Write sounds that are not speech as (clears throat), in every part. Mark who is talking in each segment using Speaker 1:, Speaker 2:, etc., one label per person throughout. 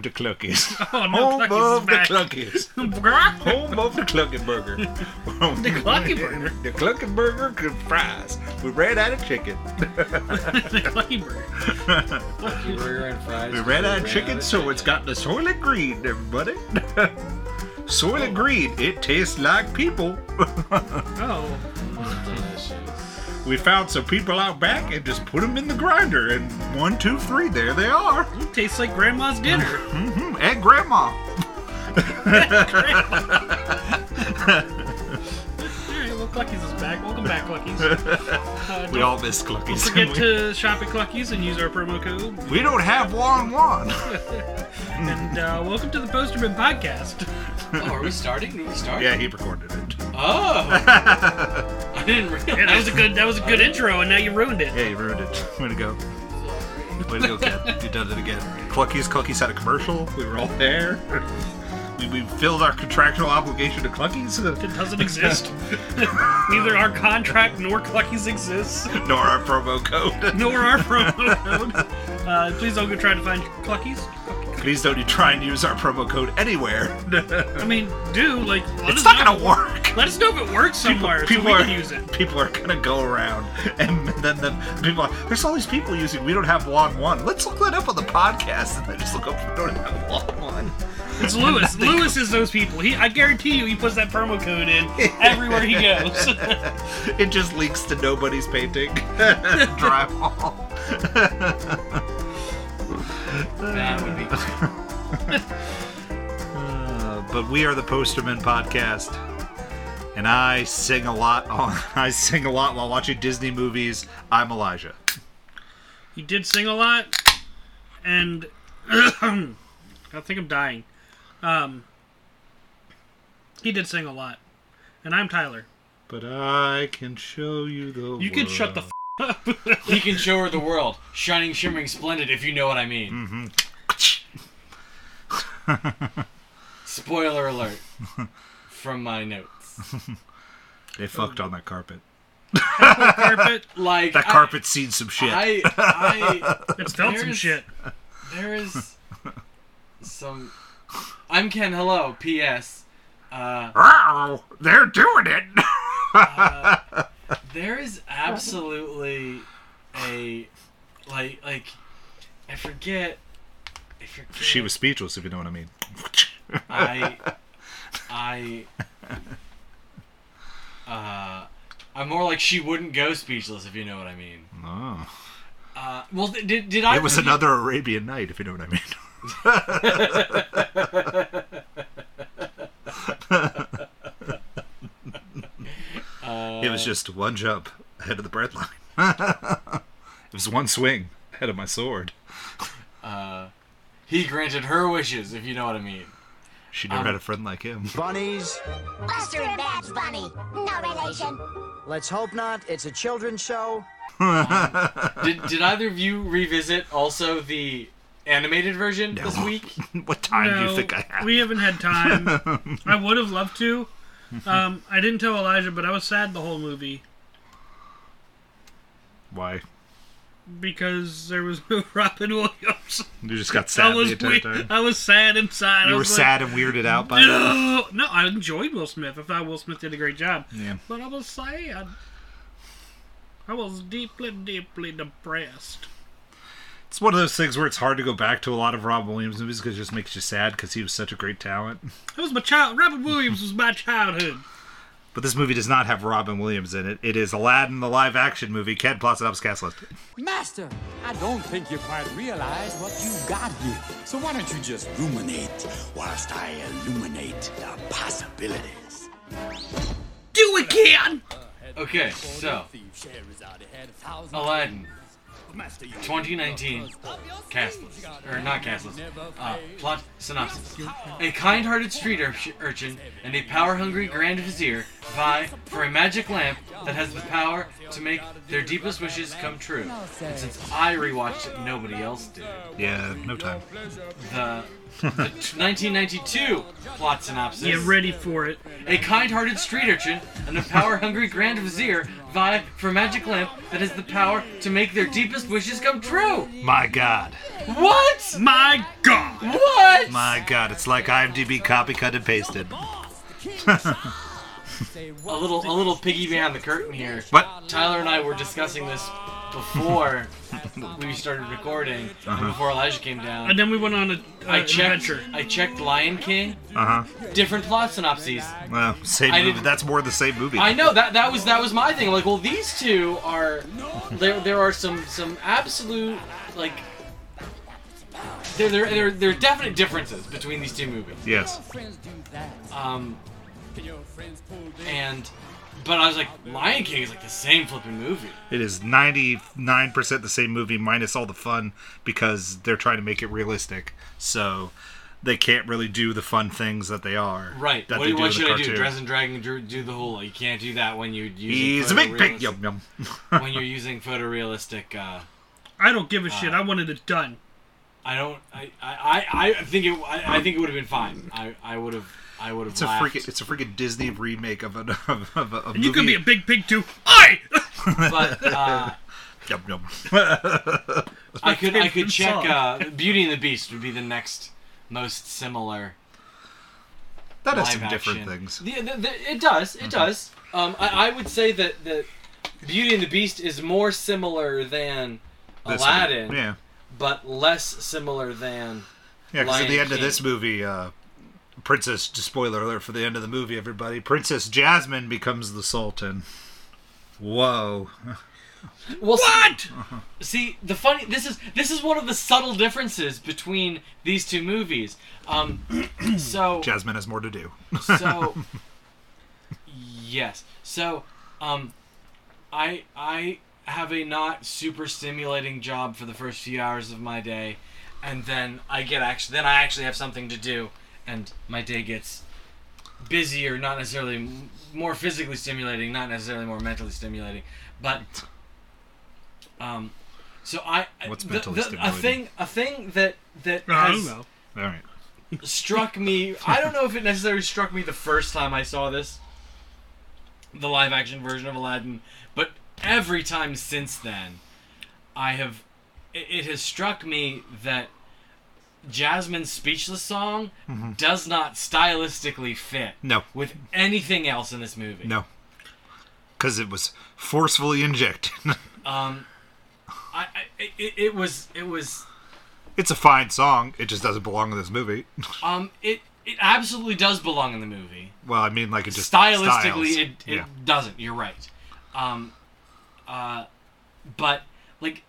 Speaker 1: Cluckies.
Speaker 2: Oh, no,
Speaker 1: Home of the
Speaker 2: Clucky's
Speaker 1: Cluckies.
Speaker 2: back.
Speaker 1: Home of the Clucky Burger.
Speaker 2: The Clucky Burger.
Speaker 1: (laughs) The Clucky Burger could fries with red eyed chicken.
Speaker 2: the Clucky Burger. Fuck you.
Speaker 3: Burger and fries. (laughs)
Speaker 1: The red eyed
Speaker 3: Ran out
Speaker 1: chicken,
Speaker 3: of
Speaker 1: so it's got the soylent green, everybody. (laughs) soylent green, it tastes like people. (laughs)
Speaker 2: Oh.
Speaker 3: Delicious.
Speaker 1: we found some people out back and just put them in the grinder, and one, two, three, there they are.
Speaker 2: It tastes like grandma's
Speaker 1: (laughs)
Speaker 2: dinner.
Speaker 1: hmm At Grandma.
Speaker 2: All right, well, Clucky's is back. Welcome back,
Speaker 1: (laughs)
Speaker 2: Clucky's. Uh,
Speaker 1: We
Speaker 2: don't
Speaker 1: all miss Cluckies. (laughs)
Speaker 2: forget to shop at Clucky's and use our promo code.
Speaker 1: We don't have one one.
Speaker 2: And uh, welcome to the Posterman Podcast.
Speaker 3: Oh, are we starting? Are we starting?
Speaker 1: Yeah, he recorded it. (laughs)
Speaker 3: Oh, I didn't realize.
Speaker 2: Yeah, that was a good that was a good intro, and now you ruined it.
Speaker 1: Yeah, you ruined it. (laughs) Way to go. Way to go, Cat. You done it again. Cluckies, Cluckies had a commercial. We were all there. (laughs) We, we filled our contractual obligation to Cluckies,
Speaker 2: (laughs)
Speaker 1: uh,
Speaker 2: It doesn't exist.
Speaker 1: (laughs)
Speaker 2: Neither our contract nor Clucky's exists,
Speaker 1: nor our promo code. (laughs)
Speaker 2: nor our promo (laughs) code. Uh, please don't go try to find Clucky's.
Speaker 1: Please don't you try and use our promo code anywhere.
Speaker 2: I mean, do like let
Speaker 1: it's
Speaker 2: us
Speaker 1: not
Speaker 2: know-
Speaker 1: gonna
Speaker 2: (laughs)
Speaker 1: work.
Speaker 2: Let us know if it works somewhere so we
Speaker 1: are
Speaker 2: can use it.
Speaker 1: people are gonna go around, and then then people are there's all these people using. We don't have one one. Let's look that up on the podcast, and then just look up. We don't have one one. (laughs)
Speaker 2: It's Lewis. Lewis is those people. He, I guarantee you, he puts that promo
Speaker 1: (laughs)
Speaker 2: code in everywhere he goes. (laughs)
Speaker 1: It just leaks to nobody's painting. (laughs) Drywall.
Speaker 3: That would be cute.
Speaker 1: Uh, but we are the Posterman podcast, and I sing a lot. On, (laughs) I sing a lot while watching Disney movies. I'm Elijah.
Speaker 2: he did sing a lot, and (clears throat) I think I'm dying. Um, he did sing a lot, and I'm Tyler.
Speaker 1: But I can show you the.
Speaker 2: You can shut the f- up.
Speaker 3: He can show her the world, shining, shimmering, splendid. If you know what I mean.
Speaker 1: Mm-hmm. (laughs)
Speaker 3: Spoiler alert from my notes.
Speaker 1: they fucked on that carpet.
Speaker 2: carpet.
Speaker 3: Like
Speaker 1: That
Speaker 3: I-
Speaker 1: carpet's seen some shit.
Speaker 3: I,
Speaker 1: (laughs)
Speaker 3: I,
Speaker 2: It's felt some
Speaker 3: There's-
Speaker 2: shit.
Speaker 3: there is some. I'm Ken. Hello. P.S. Uh,
Speaker 1: Wow, they're doing
Speaker 2: (laughs)
Speaker 1: it.
Speaker 2: Uh,
Speaker 3: There is absolutely a like like I forget I forget
Speaker 1: she was speechless, if you know what I mean.
Speaker 3: (laughs) I I uh I'm more like she wouldn't go speechless if you know what I mean.
Speaker 1: (laughs) Oh.
Speaker 3: Uh, well, th- did did I?
Speaker 1: It was another Arabian night, if you know what I
Speaker 2: (laughs)
Speaker 1: mean.
Speaker 3: Uh,
Speaker 1: It
Speaker 2: Uh,
Speaker 1: was just one jump ahead of the breadline. (laughs) it was one swing ahead of my sword.
Speaker 3: uh, (laughs) he granted her wishes, if you know what I mean.
Speaker 1: She
Speaker 2: Um,
Speaker 1: never had a friend like him.
Speaker 4: Bunnies?
Speaker 5: Buster and Babs Bunny. No relation.
Speaker 4: Let's hope not. It's a children's show.
Speaker 3: Did
Speaker 1: (laughs)
Speaker 3: did either of you revisit also the animated version this week?
Speaker 1: (laughs) what time do
Speaker 2: No,
Speaker 1: you think I have?
Speaker 2: we haven't had
Speaker 1: (laughs)
Speaker 2: time. I would have loved to. Um, I didn't tell Elijah, but I was sad the whole movie
Speaker 1: Why?
Speaker 2: because there was no (laughs) Robin Williams.
Speaker 1: You just got
Speaker 2: I
Speaker 1: sad the
Speaker 2: was
Speaker 1: entire
Speaker 2: we- (laughs)
Speaker 1: time.
Speaker 2: I was sad inside. I
Speaker 1: You were
Speaker 2: was like,
Speaker 1: sad and weirded out by it.
Speaker 2: No, no, I enjoyed Will Smith. I thought Will Smith did a great job.
Speaker 1: Yeah.
Speaker 2: But I was sad. I was deeply, deeply depressed.
Speaker 1: It's one of those things where it's hard to go back to a lot of Rob Williams movies because it just makes you sad because he was such a great talent.
Speaker 2: It was my child. Robin Williams was my childhood.
Speaker 1: But this movie does not have Robin Williams in it. It is Aladdin, the live action movie, Ken Plotzinop's cast list.
Speaker 6: Master, I don't think you quite realize what you got here. So why don't you just ruminate whilst I illuminate the possibilities?
Speaker 2: Do it, Ken.
Speaker 3: Okay, so Aladdin, 2019 cast list. Or not cast list. Uh, plot synopsis. A kind hearted street ur- urchin and a power hungry grand vizier vie for a magic lamp that has the power to make their deepest wishes come true. And since I rewatched it, nobody else did.
Speaker 1: Yeah, no time.
Speaker 3: The, the t- 1992 plot synopsis.
Speaker 2: Get ready for it.
Speaker 3: A kind-hearted street urchin and a power-hungry grand vizier vie for a magic lamp that has the power to make their deepest wishes come true.
Speaker 1: My God.
Speaker 3: What?
Speaker 2: My God.
Speaker 3: What?
Speaker 1: my god, it's like IMDb copy cut and pasted.
Speaker 3: A little, a little piggy behind the curtain here.
Speaker 1: What?
Speaker 3: Tyler and I were discussing this before we started recording,
Speaker 1: Uh-huh.
Speaker 3: and before Elijah came down.
Speaker 2: And then we went on a, a
Speaker 3: I
Speaker 2: an
Speaker 3: checked.
Speaker 2: adventure.
Speaker 3: I checked Lion King.
Speaker 1: Uh huh.
Speaker 3: Different plot synopses.
Speaker 1: Well, same
Speaker 3: I
Speaker 1: movie.
Speaker 3: didn't-
Speaker 1: That's more the same movie.
Speaker 3: I know that that was that was my thing. I'm like, well, these two are there. There are some some absolute like there there there, there are definite differences between these two movies.
Speaker 1: Yes.
Speaker 3: Um, and but I was like, Lion King is like the same flipping movie.
Speaker 1: It is 99% the same movie minus all the fun because they're trying to make it realistic. So they can't really do the fun things that they are.
Speaker 3: Right.
Speaker 1: That
Speaker 3: What,
Speaker 1: they
Speaker 3: do-
Speaker 1: do
Speaker 3: what
Speaker 1: in the
Speaker 3: should I do?
Speaker 1: cartoon.
Speaker 3: Dress and Dragon dr- do the whole. You can't do that when you use
Speaker 1: He's a big pig. Yum yum.
Speaker 3: when you're using photorealistic. Uh,
Speaker 2: I don't give a shit. I wanted it done.
Speaker 3: I don't. I. I. I, I think it. I, I think it would have been fine. I. I would have. I would have.
Speaker 1: It's a freaking it's a freaking Disney remake of a of, of, a- of
Speaker 2: And you could
Speaker 1: movie.
Speaker 2: be a big pig too. I.
Speaker 3: But uh,
Speaker 1: yum yum.
Speaker 3: I could. I could
Speaker 2: favorite
Speaker 3: check.
Speaker 2: song.
Speaker 3: Uh, Beauty and the Beast would be the next most similar.
Speaker 1: (laughs) That has
Speaker 3: live
Speaker 1: some different
Speaker 3: action.
Speaker 1: things.
Speaker 3: The- the- the- it does. It does. Um, I, I would say that that Beauty and the Beast is more similar than
Speaker 1: This one.
Speaker 3: Aladdin,
Speaker 1: Yeah.
Speaker 3: but less similar than.
Speaker 1: Yeah, because at
Speaker 3: Lion
Speaker 1: the end of
Speaker 3: King.
Speaker 1: this movie, uh, Princess, spoiler alert for the end of the movie, everybody, Princess Jasmine becomes the Sultan. Whoa.
Speaker 3: Well, what?
Speaker 1: Uh-huh.
Speaker 3: See, the funny. This is this is one of the subtle differences between these two movies. Um, (clears throat) so
Speaker 1: Jasmine has more to do. (laughs)
Speaker 3: so yes so um i i have a not super stimulating job for the first few hours of my day and then i get actually then i actually have something to do and my day gets busier not necessarily m- more physically stimulating not necessarily more mentally stimulating but um so i
Speaker 1: What's
Speaker 3: the-
Speaker 1: mentally
Speaker 3: the- a
Speaker 1: stimulating?
Speaker 3: thing a thing that that
Speaker 2: I
Speaker 3: has-
Speaker 2: don't know.
Speaker 1: All right.
Speaker 3: struck me. I don't know if it necessarily struck me the first time I saw this, the live action version of Aladdin, but every time since then, I have. It, it has struck me that Jasmine's speechless song does not stylistically fit
Speaker 1: Mm-hmm. No.
Speaker 3: with anything else in this movie.
Speaker 1: No. Because it was forcefully injected. (laughs)
Speaker 3: Um, I, I it, it was it was
Speaker 1: it's a fine song. It just doesn't belong in this movie. (laughs)
Speaker 3: um it it absolutely does belong in the movie.
Speaker 1: well, I mean, like it just
Speaker 3: stylistically
Speaker 1: styles.
Speaker 3: it, it
Speaker 1: yeah.
Speaker 3: doesn't you're right um uh but like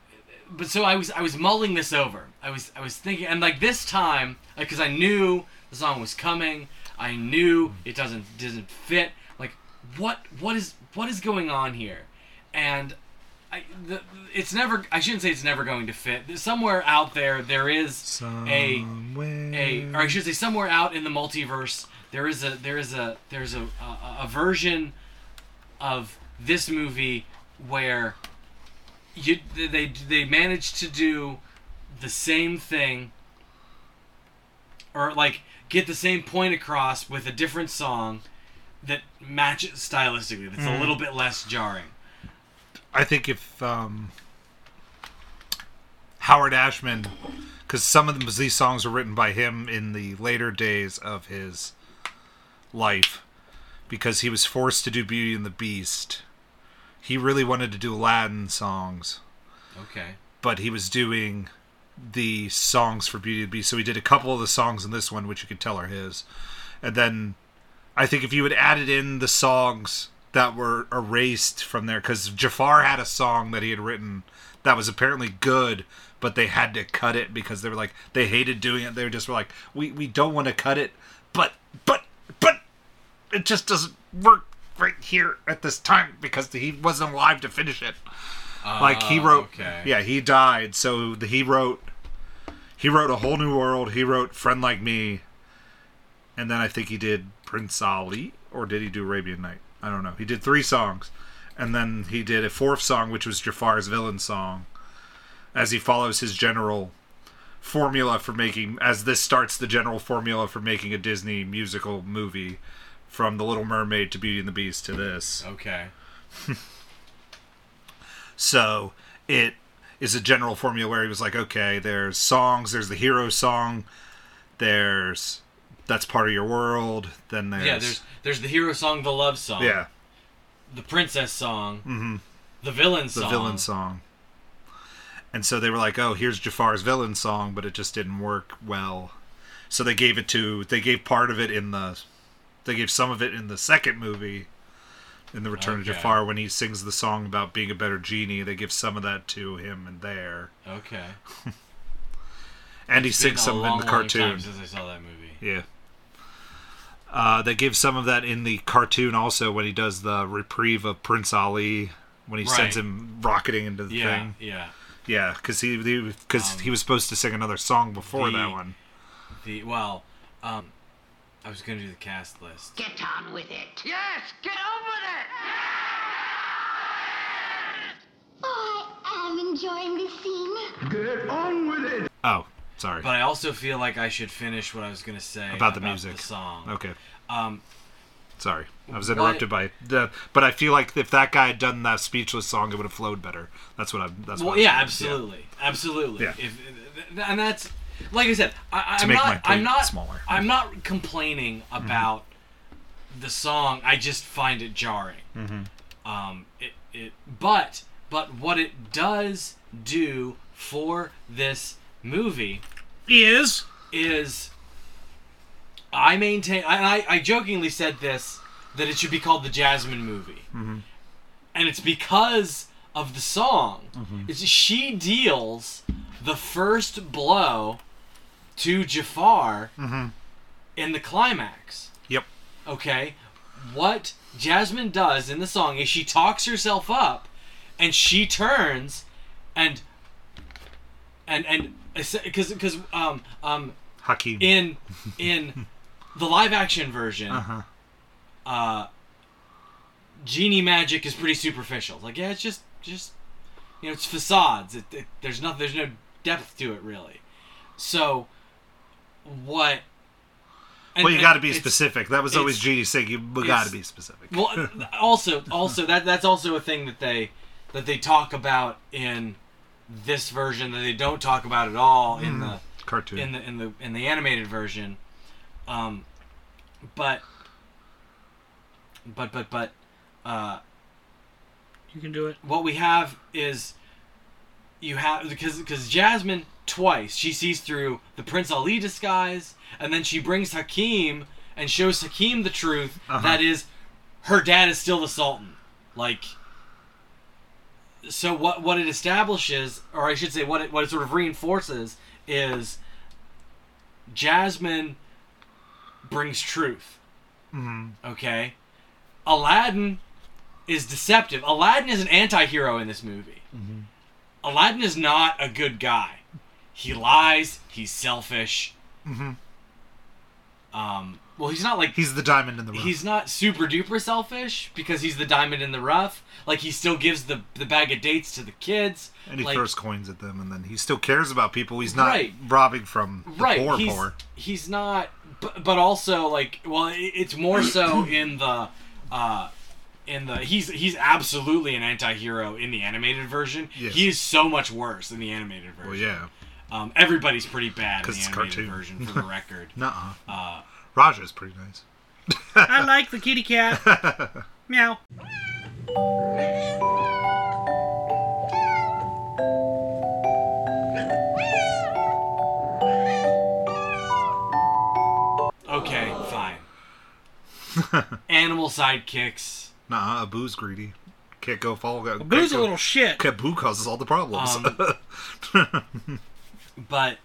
Speaker 3: but so i was i was mulling this over i was i was thinking and like this time because i knew the song was coming i knew
Speaker 1: Mm-hmm.
Speaker 3: it doesn't doesn't fit like what what is what is going on here and I, the, it's never. I shouldn't say it's never going to fit. Somewhere out there, there is a a or I should say somewhere out in the multiverse there is a there is a there's a a, a version of this movie where you they they managed to do the same thing or like get the same point across with a different song that matches stylistically that's
Speaker 1: Mm.
Speaker 3: a little bit less jarring
Speaker 1: I think if um, Howard Ashman, because some of them, these songs were written by him in the later days of his life, because he was forced to do Beauty and the Beast. He really wanted to do Aladdin songs,
Speaker 3: okay
Speaker 1: but he was doing the songs for Beauty and the Beast. So he did a couple of the songs in this one, which you could tell are his. And then I think if you had added in the songs that were erased from there, because Jafar had a song that he had written that was apparently good, but they had to cut it because they were like they hated doing it. They were just were like, we we don't want to cut it, but but but it just doesn't work right here at this time because he wasn't alive to finish it. like he wrote,
Speaker 3: okay.
Speaker 1: yeah, he died, so the, he wrote. He wrote a whole new world. He wrote "Friend Like Me," and then I think he did Prince Ali, or did he do Arabian Night? I don't know. He did three songs, and then he did a fourth song, which was Jafar's villain song, as he follows his general formula for making. As this starts the general formula for making a Disney musical movie, from The Little Mermaid to Beauty and the Beast to this.
Speaker 3: okay
Speaker 1: So it is a general formula where he was like, okay, there's songs, there's the hero song, There's that's part of your world. Then there's
Speaker 3: Yeah, there's there's the hero song, the love song,
Speaker 1: yeah Mm-hmm.
Speaker 3: the princess song, the villain
Speaker 1: the
Speaker 3: song,
Speaker 1: villain song. And so they were like, "Oh, here's Jafar's villain song," but it just didn't work well. So they gave it to they gave part of it in the they gave some of it in the second movie in the Return
Speaker 3: Okay.
Speaker 1: of Jafar when he sings the song about being a better genie. They give some of that to him and there,
Speaker 3: Okay,
Speaker 1: and he
Speaker 3: Been a
Speaker 1: sings some of it in
Speaker 3: long,
Speaker 1: the
Speaker 3: long
Speaker 1: cartoon.
Speaker 3: time since I saw that movie.
Speaker 1: Yeah. Uh, they give some of that in the cartoon also when he does the reprieve of Prince Ali when he sends
Speaker 3: Right.
Speaker 1: him rocketing into the
Speaker 3: Yeah,
Speaker 1: thing.
Speaker 3: yeah.
Speaker 1: Yeah, because he
Speaker 3: Um,
Speaker 1: because he was supposed to sing another song before
Speaker 3: the-
Speaker 1: that one.
Speaker 3: The well, um, I was gonna do the cast list.
Speaker 7: Get on with it. Yes, get on with it.
Speaker 5: I am enjoying this scene.
Speaker 1: Oh, sorry
Speaker 3: But I also feel like I should finish what I was gonna say
Speaker 1: about the music
Speaker 3: song.
Speaker 1: Okay,
Speaker 3: Um,
Speaker 1: sorry, I was
Speaker 3: What-
Speaker 1: interrupted by the. But I feel like if that guy had done that speechless song, it would have flowed better. That's what I'm. That's what
Speaker 3: well,
Speaker 1: I was
Speaker 3: yeah,
Speaker 1: thinking.
Speaker 3: absolutely, absolutely.
Speaker 1: Yeah.
Speaker 3: If, and that's like I said, I, I'm
Speaker 1: make
Speaker 3: not,
Speaker 1: my plate
Speaker 3: I'm not,
Speaker 1: smaller.
Speaker 3: I'm not complaining about the song. I just find it jarring.
Speaker 1: Mm-hmm.
Speaker 3: Um, it, it, but, but what it does do for this movie
Speaker 2: Is
Speaker 3: is I maintain and I, I jokingly said this that it should be called the Jasmine movie. And it's because of the song. It's she deals the first blow to Jafar in the climax.
Speaker 1: Yep.
Speaker 3: Okay? What Jasmine does in the song is she talks herself up and she turns and and and because because um um
Speaker 1: Hakeem.
Speaker 3: in in the live action version, uh
Speaker 1: Uh-huh.
Speaker 3: genie magic is pretty superficial. Like yeah, it's just just you know it's facades. It, it, there's nothing. There's no depth to it really. So what? and-
Speaker 1: well, you
Speaker 3: and
Speaker 1: got to be
Speaker 3: it's-
Speaker 1: specific. That was always
Speaker 3: it's-
Speaker 1: Genie saying you got to be specific. (laughs)
Speaker 3: Well, also also that that's also a thing that they that they talk about in this version that they don't talk about at all
Speaker 1: Mm.
Speaker 3: in the
Speaker 1: cartoon.
Speaker 3: in the in the in the animated version. Um, but but but but uh,
Speaker 2: you can do it.
Speaker 3: what we have is you have because because Jasmine twice she sees through the Prince Ali disguise, and then she brings Hakim and shows Hakim the truth that is her dad is still the Sultan, like. So what what it establishes, or I should say, what it what it sort of reinforces is Jasmine brings truth. Mm-hmm. Okay, Aladdin is deceptive. Aladdin is an anti-hero in this movie. Aladdin is not a good guy. He lies. He's selfish. Um, well, Mm-hmm. he's not like
Speaker 1: He's the diamond in the rough.
Speaker 3: he's not super duper selfish because he's the diamond in the rough. Like he still gives the the bag of dates to the kids.
Speaker 1: and he
Speaker 3: like,
Speaker 1: throws coins at them, and then he still cares about people. He's not
Speaker 3: Right.
Speaker 1: robbing from the
Speaker 3: right.
Speaker 1: poor.
Speaker 3: he's,
Speaker 1: poor.
Speaker 3: he's not, but, but also like well, it, it's more
Speaker 1: (coughs)
Speaker 3: so in the. Uh, in the he's he's absolutely an anti-hero in the animated version.
Speaker 1: Yes.
Speaker 3: He is so much worse in the animated version.
Speaker 1: Well, Oh, yeah.
Speaker 3: Um, everybody's pretty bad in
Speaker 1: 'Cause
Speaker 3: the
Speaker 1: it's
Speaker 3: animated
Speaker 1: cartoon. (laughs)
Speaker 3: version, for the record.
Speaker 1: Nuh-uh.
Speaker 3: Uh,
Speaker 1: Raja's pretty nice.
Speaker 2: I like the
Speaker 1: (laughs)
Speaker 2: kitty cat. Meow.
Speaker 3: Okay,
Speaker 1: (laughs)
Speaker 3: fine. Animal sidekicks.
Speaker 1: Nah, Abu's greedy. Can't go follow.
Speaker 2: Boo's a little shit.
Speaker 1: Abu causes all the problems.
Speaker 3: Um, But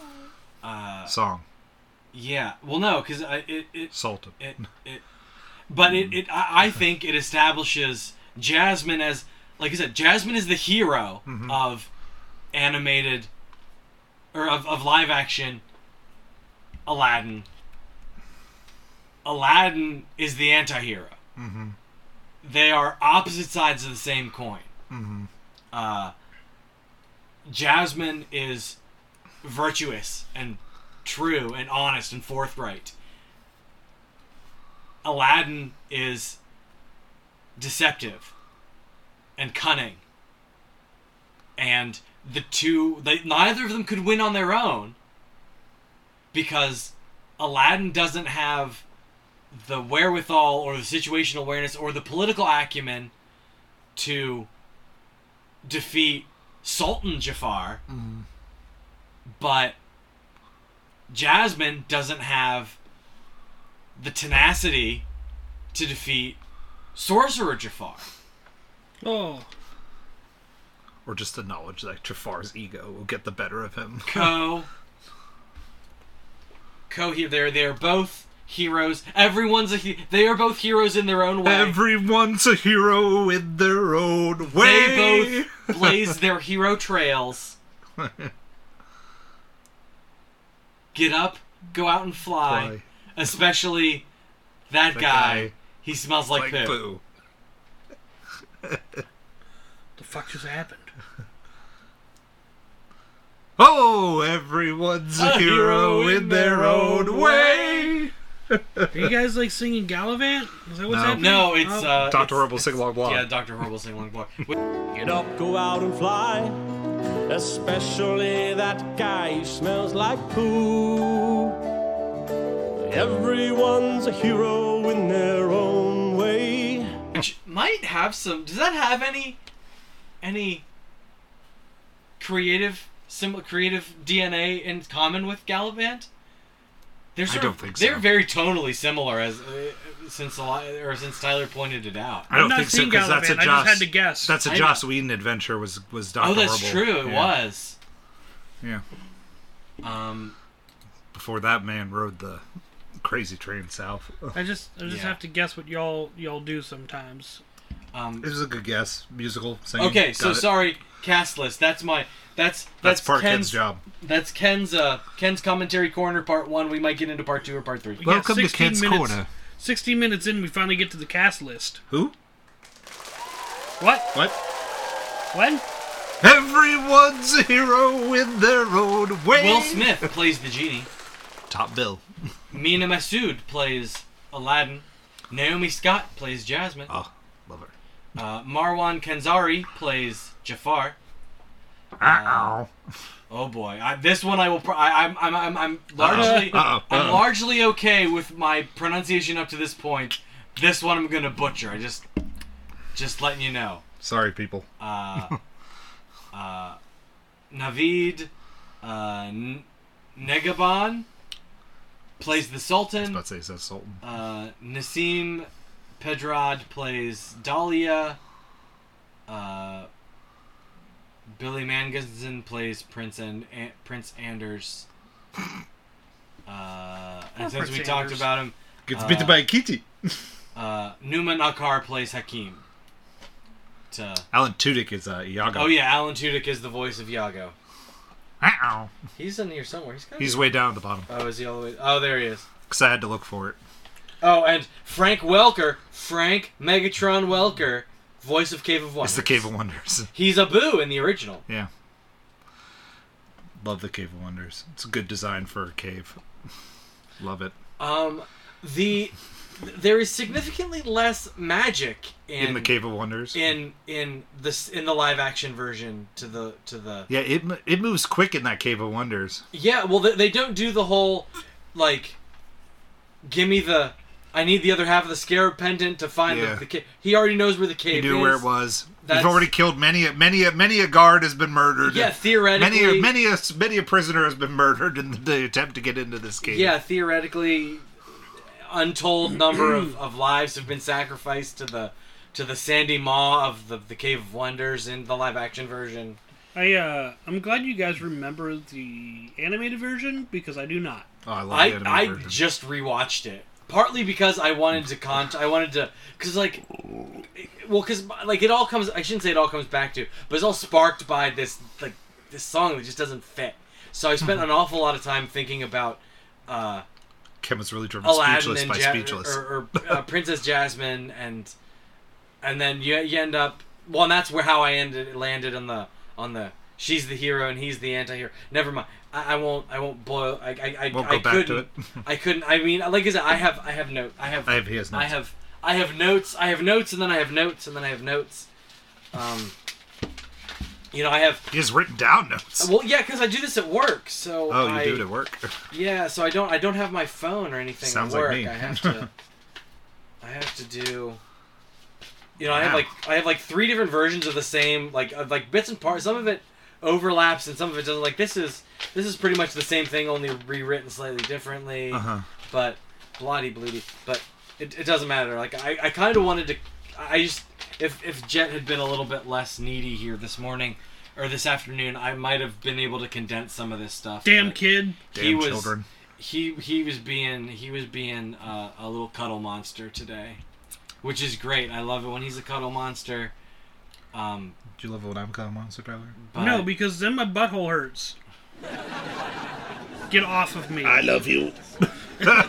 Speaker 1: (laughs) Song
Speaker 3: yeah, well, no, because it it,
Speaker 1: salted.
Speaker 3: it it but it, it I, I think it establishes Jasmine as like I said, Jasmine is the hero of animated or of, of live action Aladdin. Aladdin is the anti-hero. They are opposite sides of the same coin. Uh, Jasmine is virtuous and true and honest and forthright. Aladdin is deceptive and cunning. And the two, they, neither of them could win on their own. because Aladdin doesn't have the wherewithal or the situational awareness or the political acumen to defeat Sultan Jafar, but Jasmine doesn't have the tenacity to defeat Sorcerer Jafar.
Speaker 2: Oh,
Speaker 1: Or just the knowledge that Jafar's ego will get the better of him.
Speaker 3: Co. Co here. They're they're both heroes. Everyone's a he- they are both heroes in their own way.
Speaker 1: Everyone's a hero in their own way.
Speaker 3: they both blaze their hero trails.
Speaker 1: (laughs)
Speaker 3: Get up, go out and fly.
Speaker 1: Fly.
Speaker 3: Especially that, guy.
Speaker 1: guy.
Speaker 3: He smells like,
Speaker 1: like
Speaker 3: poo.
Speaker 1: poo.
Speaker 2: the fuck just happened?
Speaker 1: Oh, everyone's a,
Speaker 3: A
Speaker 1: hero, in their own way.
Speaker 2: Are you guys like singing Gallivant? Is that what's
Speaker 1: No.
Speaker 2: happening?
Speaker 3: No, it's
Speaker 2: Oh.
Speaker 3: uh,
Speaker 1: Doctor
Speaker 3: it's-
Speaker 1: Horrible sing along blog.
Speaker 3: Yeah, Doctor Horrible sing
Speaker 8: (laughs)
Speaker 3: along block.
Speaker 8: Get up, go out and fly. Especially that guy who smells like poo. Everyone's a hero in their own way.
Speaker 3: which might have some. Does that have any, any creative, sim, creative DNA in common with Gallivant? They're sort
Speaker 1: don't
Speaker 3: of-
Speaker 1: think
Speaker 3: They're
Speaker 1: so.
Speaker 3: very tonally similar, as uh, since a lot- or since Tyler pointed it out.
Speaker 1: I don't
Speaker 2: not
Speaker 1: think so
Speaker 2: seeing
Speaker 1: because that's a
Speaker 2: Gallivant, I
Speaker 1: Joss.
Speaker 2: just had to guess.
Speaker 1: That's a
Speaker 3: I-
Speaker 1: Joss Whedon adventure. Was was Doctor
Speaker 3: Oh, that's
Speaker 1: Horrible.
Speaker 3: true. It
Speaker 1: Yeah.
Speaker 3: was.
Speaker 1: Yeah.
Speaker 3: Um,
Speaker 1: Before that man rode the crazy train south. It
Speaker 2: I just I just
Speaker 3: Yeah.
Speaker 2: have to guess what y'all y'all do sometimes.
Speaker 3: um,
Speaker 1: was a good guess. Musical singing.
Speaker 3: okay, so
Speaker 1: Got it.
Speaker 3: sorry, cast list. That's my. That's
Speaker 1: That's,
Speaker 3: that's,
Speaker 1: part
Speaker 3: Ken's
Speaker 1: Ken's job.
Speaker 3: That's Ken's uh Ken's commentary corner part one. We might get into part two or part three.
Speaker 2: got
Speaker 1: Welcome to
Speaker 2: 16
Speaker 1: Ken's
Speaker 2: minutes.
Speaker 1: Corner.
Speaker 2: Sixteen minutes in, we finally get to the cast list.
Speaker 1: Who?
Speaker 2: What?
Speaker 1: What?
Speaker 2: When?
Speaker 1: Everyone's a hero in their own way.
Speaker 3: Will Smith plays the genie.
Speaker 1: Top bill.
Speaker 3: Mina Masood plays Aladdin. Naomi Scott plays Jasmine.
Speaker 1: Oh, love her.
Speaker 3: Uh, Marwan Kenzari plays Jafar.
Speaker 1: Ow.
Speaker 3: Oh boy, I, this one I will. Pro- I, I'm, I'm, I'm, I'm largely,
Speaker 1: Uh-oh. Uh-oh.
Speaker 3: I'm
Speaker 1: Uh-oh.
Speaker 3: largely okay with my pronunciation up to this point. This one I'm gonna butcher. I just, just letting you know.
Speaker 1: Sorry, people.
Speaker 3: Navid uh, N- Negaban plays the
Speaker 1: I was
Speaker 3: Sultan.
Speaker 1: about to say, is that Sultan?
Speaker 3: Uh, Nassim Pedrad plays Dahlia. Uh, Billy Manganson plays Prince and An- Prince Anders. Uh, and since
Speaker 2: Prince
Speaker 3: we talked
Speaker 2: Anders.
Speaker 3: about him,
Speaker 1: Gets bitten by a kitty.
Speaker 3: uh, Numa Nakar plays Hakim. To,
Speaker 1: Alan Tudyk is uh, Iago.
Speaker 3: oh yeah, Alan Tudyk is the voice of Yago.
Speaker 1: Ow.
Speaker 3: He's in here somewhere. He's, gotta be-
Speaker 1: He's way down at the bottom
Speaker 3: Oh, is he all the way? Oh, there he is.
Speaker 1: because I had to look for it.
Speaker 3: Oh, and Frank Welker, Frank Megatron Welker, voice of Cave of Wonders.
Speaker 1: It's the Cave of Wonders.
Speaker 3: He's a boo in the original.
Speaker 1: Yeah. Love the Cave of Wonders. It's a good design for a cave. (laughs) Love it.
Speaker 3: Um, the there is significantly less magic in,
Speaker 1: In, the Cave of Wonders.
Speaker 3: in in this in the live action version to the to the
Speaker 1: yeah, it mo- it moves quick in that Cave of Wonders.
Speaker 3: yeah. Well, they, they don't do the whole like give me the. I need the other half of the scarab pendant to find
Speaker 1: Yeah.
Speaker 3: the, the cave. He already knows where the
Speaker 1: You
Speaker 3: cave
Speaker 1: knew
Speaker 3: is.
Speaker 1: where it was.
Speaker 3: That's-
Speaker 1: You've already killed many a many a many a guard has been murdered.
Speaker 3: Yeah, theoretically.
Speaker 1: Many a many a many a prisoner has been murdered in the, the attempt to get into this cave.
Speaker 3: yeah, theoretically, untold number of, of lives have been sacrificed to the to the sandy maw of the, the Cave of Wonders in the live action version.
Speaker 2: I uh I'm glad you guys remember the animated version because I do not.
Speaker 1: Oh, I love
Speaker 3: I
Speaker 1: the
Speaker 3: I
Speaker 1: anime version.
Speaker 3: just rewatched it partly because I wanted to con I wanted to because like well because like it all comes I shouldn't say it all comes back to but it's all sparked by this like this song that just doesn't fit. So I spent an awful lot of time thinking about. Uh,
Speaker 1: Kim was really driven
Speaker 3: Aladdin
Speaker 1: speechless
Speaker 3: and
Speaker 1: by
Speaker 3: ja-
Speaker 1: speechless. (laughs)
Speaker 3: or, or uh, Princess Jasmine, and and then you, you end up well, and that's where how I ended landed on the on the she's the hero and he's the anti-hero. Never mind. I, I won't. I won't blow. I I, I,
Speaker 1: Won't
Speaker 3: I
Speaker 1: go back to
Speaker 3: couldn't. I couldn't. I mean, like I said, I have I have note. I have
Speaker 1: I have his
Speaker 3: I
Speaker 1: notes.
Speaker 3: have I have notes. I have notes, and then I have notes, and then I have notes. Um, You know, I have.
Speaker 1: He has written down notes.
Speaker 3: Well, yeah, because I do this at work, so.
Speaker 1: Oh, you
Speaker 3: I,
Speaker 1: do it at work.
Speaker 3: Yeah, so I don't. I don't have my phone or anything.
Speaker 1: Sounds
Speaker 3: at
Speaker 1: like
Speaker 3: work.
Speaker 1: me.
Speaker 3: I have to. I have to do. You know, I have
Speaker 1: Wow.
Speaker 3: like I have like three different versions of the same like of like bits and parts. Some of it overlaps and some of it doesn't. Like this is this is pretty much the same thing, only rewritten slightly differently.
Speaker 1: Uh-huh.
Speaker 3: But bloody bloody. But it, it doesn't matter. Like I, I kind of wanted to. I just if if Jet had been a little bit less needy here this morning or this afternoon, I might have been able to condense some of this stuff.
Speaker 2: Damn
Speaker 3: but-
Speaker 2: kid.
Speaker 1: Damn
Speaker 3: he was
Speaker 1: children.
Speaker 3: he he was being he was being uh, a little cuddle monster today, which is great. I love it when he's a cuddle monster. Um,
Speaker 1: Do you love it when I'm called monster Tyler?
Speaker 3: but
Speaker 2: No, because then my butthole hurts. Get off of me.
Speaker 1: love you. um,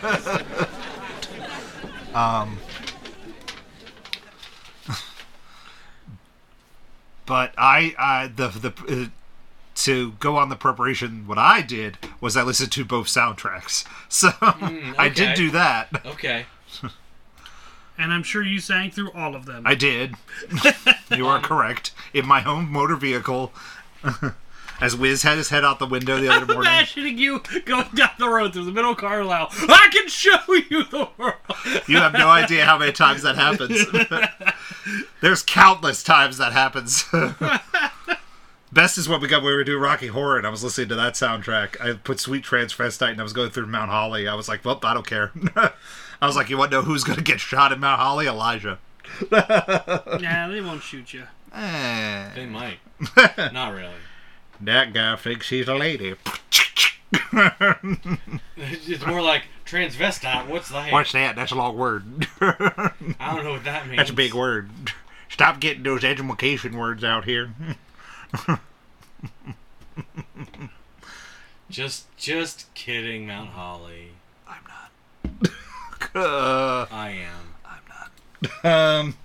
Speaker 1: but I, I the the uh, to go on the preparation. What I did was I listened to both soundtracks, (laughs) so I
Speaker 3: okay.
Speaker 1: did do that.
Speaker 3: okay,
Speaker 2: and I'm sure you sang through all of them.
Speaker 1: I did. (laughs) you are correct. In my home motor vehicle, (laughs) as Wiz had his head out the window the other
Speaker 2: I'm
Speaker 1: morning.
Speaker 2: imagining you going down the road through the middle of Carlisle. I can show you the world.
Speaker 1: You have no idea how many times that (laughs) happens. There's countless times that happens. (laughs) Best is what we got when we were doing Rocky Horror, and I was listening to that soundtrack. I put Sweet Transvestite, and I was going through Mount Holly. I was like, "Well, I don't care." (laughs) I was like, "You want to know who's going to get shot in Mount Holly? Elijah."
Speaker 2: nah, they won't shoot you.
Speaker 1: Eh,
Speaker 3: they
Speaker 1: (laughs)
Speaker 3: might. Not really.
Speaker 1: that guy thinks he's a lady. (laughs)
Speaker 3: It's more like transvestite. What's that?
Speaker 1: What's that? That's a long word. (laughs)
Speaker 3: I don't know what that means.
Speaker 1: That's a big word. Stop getting those education words out here. (laughs)
Speaker 3: Just just kidding, Mount Holly.
Speaker 1: I'm not. (laughs) uh,
Speaker 3: I am.
Speaker 1: Um,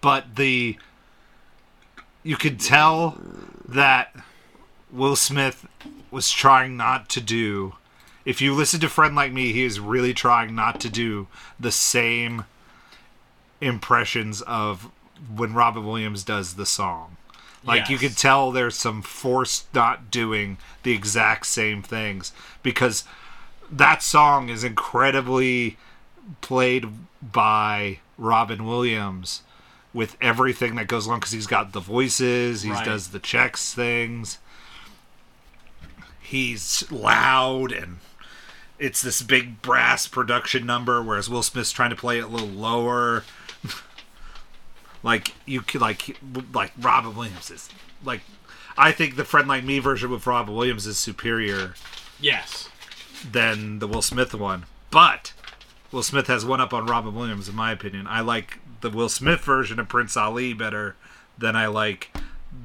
Speaker 1: but the you could tell that Will Smith was trying not to do. If you listen to Friend Like Me, he is really trying not to do the same impressions of when Robin Williams does the song. Like you
Speaker 3: Yes.
Speaker 1: could tell there's some forced not doing the exact same things because that song is incredibly played by Robin Williams with everything that goes along because he's got the voices, he
Speaker 3: Right.
Speaker 1: does the checks things, he's loud and it's this big brass production number, whereas Will Smith's trying to play it a little lower. like you could like like Robin Williams is like I think the friend like me version with Robin Williams is superior
Speaker 3: Yes.
Speaker 1: than the Will Smith one. But Will Smith has one up on Robin Williams, in my opinion. I like the Will Smith version of Prince Ali better than I like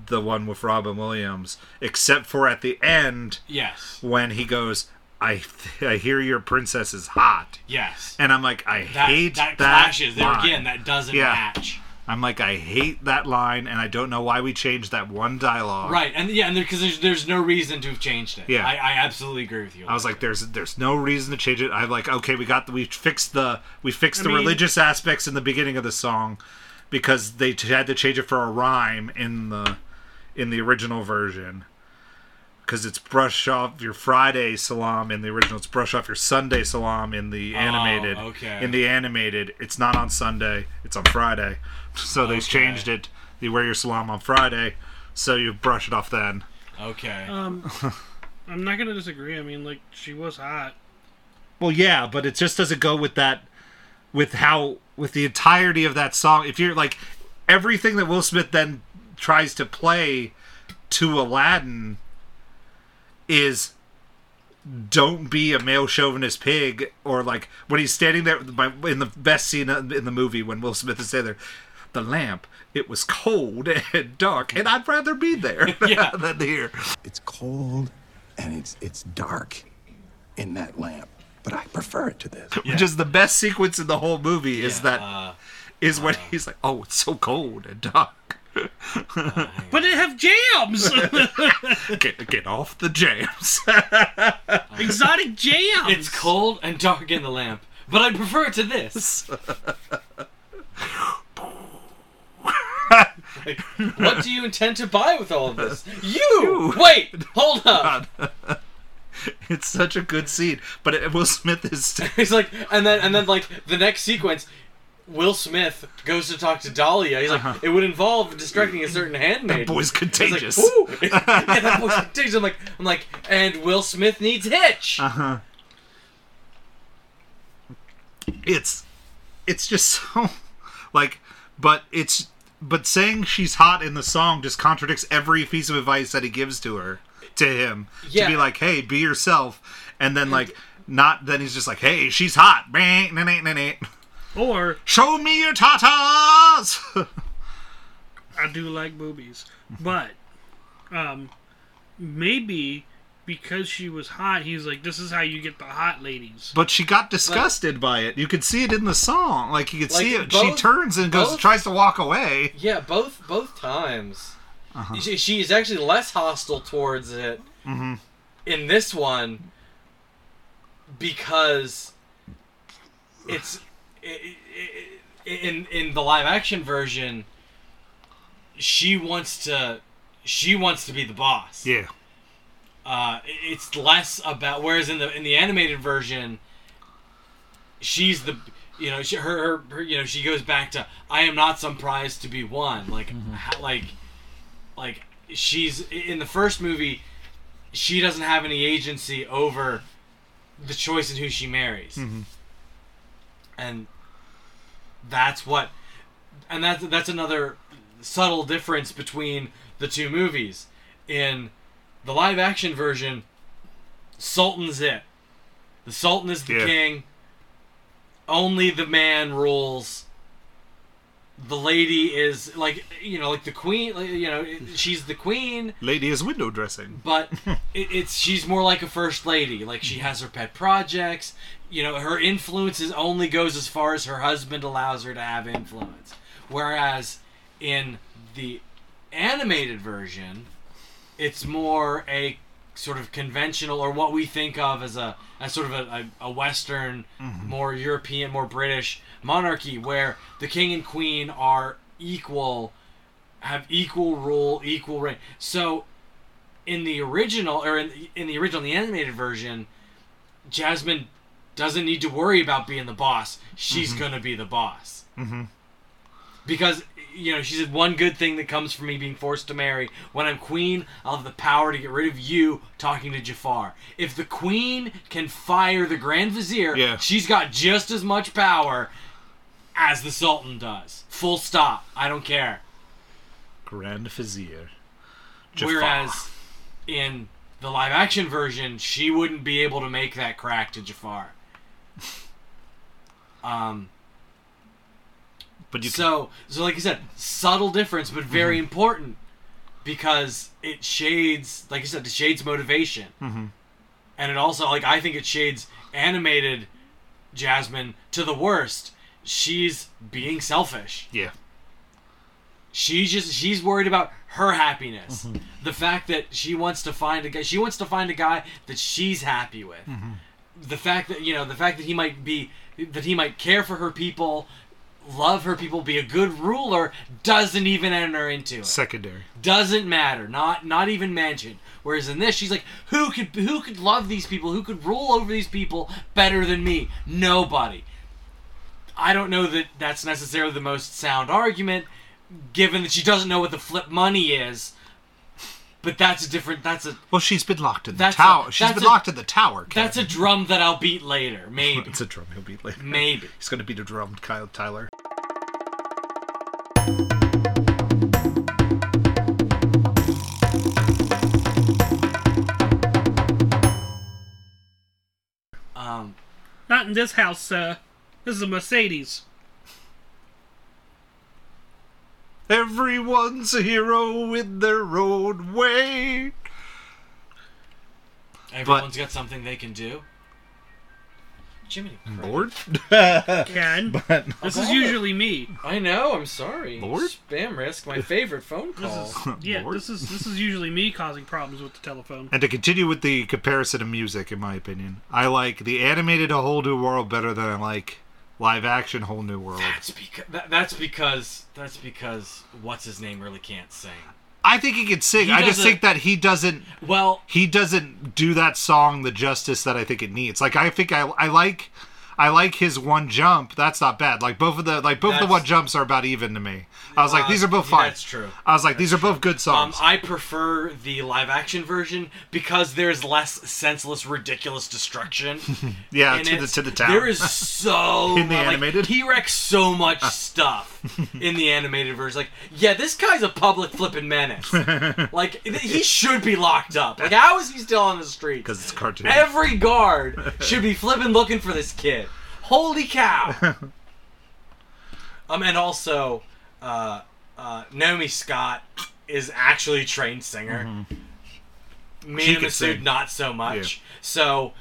Speaker 1: the one with Robin Williams, except for at the end
Speaker 3: Yes.
Speaker 1: when he goes, I, (laughs) I hear your princess is hot.
Speaker 3: Yes.
Speaker 1: And I'm like, I
Speaker 3: that,
Speaker 1: hate
Speaker 3: that
Speaker 1: that.
Speaker 3: clashes there
Speaker 1: line.
Speaker 3: again. That doesn't
Speaker 1: Yeah.
Speaker 3: match.
Speaker 1: I'm like, I hate that line, and I don't know why we changed that one dialogue.
Speaker 3: Right, and yeah, and because there's there's no reason to have changed it.
Speaker 1: Yeah.
Speaker 3: I, I absolutely agree with you.
Speaker 1: I was like, "There's there's no reason to change it." I'm like, "Okay, we got the, we fixed the we fixed
Speaker 2: I
Speaker 1: the
Speaker 2: mean-
Speaker 1: religious aspects in the beginning of the song because they t- had to change it for a rhyme in the in the original version because it's brush off your Friday salam in the original. It's brush off your Sunday salam in the animated.
Speaker 3: okay.
Speaker 1: In the animated, it's not on Sunday; it's on Friday. So they
Speaker 3: Okay.
Speaker 1: changed it. You wear your salam on Friday, so you brush it off then.
Speaker 3: okay,
Speaker 2: I'm not gonna disagree. I mean, like she was hot.
Speaker 1: Well, yeah, but it just doesn't go with that, with how, with the entirety of that song. If you're like, everything that Will Smith then tries to play to Aladdin is don't be a male chauvinist pig or like when he's standing there by, in the best scene of- in the movie when Will Smith is standing there the lamp it was cold and dark and I'd rather be there
Speaker 3: Yeah.
Speaker 1: (laughs) than here
Speaker 6: It's cold and it's it's dark in that lamp, but I prefer it to this.
Speaker 1: which is the best sequence in the whole movie is that
Speaker 3: uh,
Speaker 1: is when he's like, "Oh, it's so cold and dark.
Speaker 2: But it have (laughs) jams,
Speaker 1: Get get off the jams." (laughs)
Speaker 2: exotic jams.
Speaker 3: it's cold and dark in the lamp, but I prefer it to this. Like, what do you intend to buy with all of this? You! Wait! Hold
Speaker 1: (laughs)
Speaker 3: up!
Speaker 1: It's such a good scene, but it, Will Smith
Speaker 3: (laughs)
Speaker 1: is
Speaker 3: He's like, and then and then like the next sequence, Will Smith goes to talk to Dahlia. He's like, it would involve distracting a certain handmaid.
Speaker 1: boy's
Speaker 3: It's like,
Speaker 1: contagious.
Speaker 3: "Ooh." (laughs) yeah, that boy's contagious. I'm like, I'm like, and Will Smith needs Hitch.
Speaker 1: it's it's just (laughs) so like but it's but saying she's hot in the song just contradicts every piece of advice that he gives to her to him
Speaker 3: Yeah.
Speaker 1: to be like hey be yourself and then like not then he's just like hey she's hot Bang, nah, nah, nah, nah.
Speaker 2: Or
Speaker 1: show me your tatas (laughs)
Speaker 2: I do like boobies, but um, maybe because she was hot, he's like, this is how you get the hot ladies.
Speaker 1: but she got disgusted by it you could see it in the song like you could
Speaker 3: Like,
Speaker 1: see it she
Speaker 3: both-
Speaker 1: turns and goes
Speaker 3: both-
Speaker 1: tries to walk away
Speaker 3: yeah, both both times. She, she is actually less hostile towards it in this one because it's i- i- i- in in the live action version. She wants to. She wants to be the boss.
Speaker 1: yeah
Speaker 3: uh, it- it's less about whereas in the in the animated version she's the you know she, her, her her you know she goes back to I am not some prize to be won like ha- like like she's i- in the first movie she doesn't have any agency over the choice in who she marries and that's what and that's that's another subtle difference between the two movies in the live action version, Sultan's it. The Sultan is the
Speaker 1: Yeah.
Speaker 3: king. Only the man rules. The lady is like you know, like the queen. like, You know, she's the queen,
Speaker 1: lady is window dressing
Speaker 3: but it, it's she's more like a first lady. Like she has her pet projects. You know, her influence is only goes as far as her husband allows her to have influence. Whereas in the animated version, it's more a sort of conventional or what we think of as a as sort of a, a, a Western, more European, more British monarchy where the king and queen are equal, have equal rule, equal reign. So in the original or in, in the original in the animated version jasmine doesn't need to worry about being the boss she's gonna be the boss mm-hmm. because you know she said one good thing that comes from me being forced to marry when i'm queen i'll have the power to get rid of you talking to jafar if the queen can fire the grand vizier
Speaker 1: Yeah.
Speaker 3: she's got just as much power as the sultan does full stop i don't care
Speaker 1: grand vizier
Speaker 3: Whereas in the live action version, she wouldn't be able to make that crack
Speaker 1: (laughs)
Speaker 3: to Jafar. Um,
Speaker 1: but you Mm-hmm. can,
Speaker 3: so, so like you said, subtle difference, but very important because it shades, like you said, it shades motivation, mm-hmm. and it also, like, I think it shades animated Jasmine to the worst. She's being selfish.
Speaker 1: yeah
Speaker 3: She's just she's worried about her happiness. The fact that she wants to find a guy she wants to find a guy that she's happy with. The fact that you know, the fact that he might be that he might care for her people, love her people, be a good ruler doesn't even enter into it.
Speaker 1: secondary
Speaker 3: Doesn't matter. Not not even mentioned. Whereas in this she's like, who could who could love these people? Who could rule over these people better than me? Nobody. I don't know that that's necessarily the most sound argument, given that she doesn't know what the flip money is. But that's a different. That's a
Speaker 1: Well, she's been locked in the
Speaker 3: That's a-
Speaker 1: tower. she's
Speaker 3: that's
Speaker 1: been
Speaker 3: a-
Speaker 1: locked in the tower. Ken.
Speaker 3: that's a drum that I'll beat later, maybe.
Speaker 1: It's a drum he'll beat later.
Speaker 3: Maybe.
Speaker 1: He's gonna beat a drum, Kyle Tyler.
Speaker 3: Um,
Speaker 2: Not in this house, sir. This is a Mercedes.
Speaker 1: Everyone's a hero in their own way.
Speaker 3: everyone's got something they can do. Jiminy, Christ.
Speaker 1: Bored?
Speaker 2: Ken. this is
Speaker 3: Okay.
Speaker 2: usually me.
Speaker 3: I know. I'm sorry.
Speaker 1: Lord?
Speaker 3: Spam risk, my favorite phone
Speaker 2: This
Speaker 3: call.
Speaker 2: is yeah.
Speaker 1: Lord.
Speaker 2: This is this is usually me causing problems with the telephone.
Speaker 1: and to continue with the comparison of music, in my opinion, I like the animated A Whole New World better than I like Live action, whole new world.
Speaker 3: That's because that, that's because that's because what's his name really can't sing.
Speaker 1: I think he can sing.
Speaker 3: He
Speaker 1: I just
Speaker 3: doesn't-
Speaker 1: think that he doesn't.
Speaker 3: Well,
Speaker 1: he doesn't do that song the justice that I think it needs. Like I think I I like I like his one jump. That's not bad. Like both of the like both of the
Speaker 3: That's-
Speaker 1: one jumps are about even to me. I was like,
Speaker 3: Uh,
Speaker 1: these are both
Speaker 3: yeah,
Speaker 1: fine.
Speaker 3: that's true.
Speaker 1: I was like, these are both good
Speaker 3: um,
Speaker 1: songs.
Speaker 3: I prefer the live action version because there's less senseless, ridiculous destruction.
Speaker 1: yeah,
Speaker 3: in
Speaker 1: to the
Speaker 3: it.
Speaker 1: to the town.
Speaker 3: There is so
Speaker 1: (laughs) In the
Speaker 3: mu- like,
Speaker 1: animated?
Speaker 3: he wrecks so
Speaker 1: (laughs)
Speaker 3: much stuff in the animated version. Like, yeah, this guy's a public
Speaker 1: (laughs)
Speaker 3: flipping menace. like, th- he should be locked up. Like, how is he still on the street?
Speaker 1: because it's a cartoon.
Speaker 3: Every guard
Speaker 1: (laughs)
Speaker 3: should be flipping looking for this kid. Holy cow! um, and also, uh, uh, Naomi Scott is actually a trained singer.
Speaker 1: Mm-hmm. She
Speaker 3: Me and
Speaker 1: could
Speaker 3: Masood,
Speaker 1: sing.
Speaker 3: not so much. So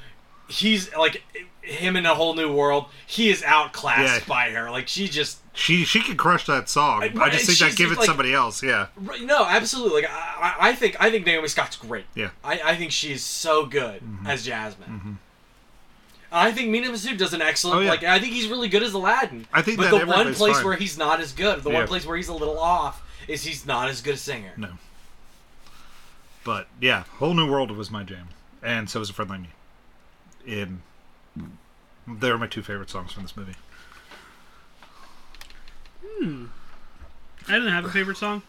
Speaker 3: he's like him in a whole new world. He is outclassed
Speaker 1: Yeah.
Speaker 3: by her. Like she just
Speaker 1: she she can crush that song.
Speaker 3: I-
Speaker 1: I just think
Speaker 3: she's
Speaker 1: that give it
Speaker 3: like-
Speaker 1: somebody else. Yeah,
Speaker 3: Right, No, absolutely. Like I, I- I think I think Naomi Scott's great.
Speaker 1: Yeah. Mm-hmm.
Speaker 3: I, I think she's so good as Jasmine. I think Mina Masood does an excellent.
Speaker 1: Oh, yeah.
Speaker 3: Like I think he's really good as Aladdin.
Speaker 1: I think
Speaker 3: but
Speaker 1: that
Speaker 3: the one
Speaker 1: everybody's
Speaker 3: place
Speaker 1: fine.
Speaker 3: where he's not as good, the
Speaker 1: Yeah.
Speaker 3: one place where he's a little off, is he's not as good a singer.
Speaker 1: No. but yeah, whole new world was my jam, and so was a friend like me. In they were my two favorite songs from this movie.
Speaker 2: I didn't have a favorite song.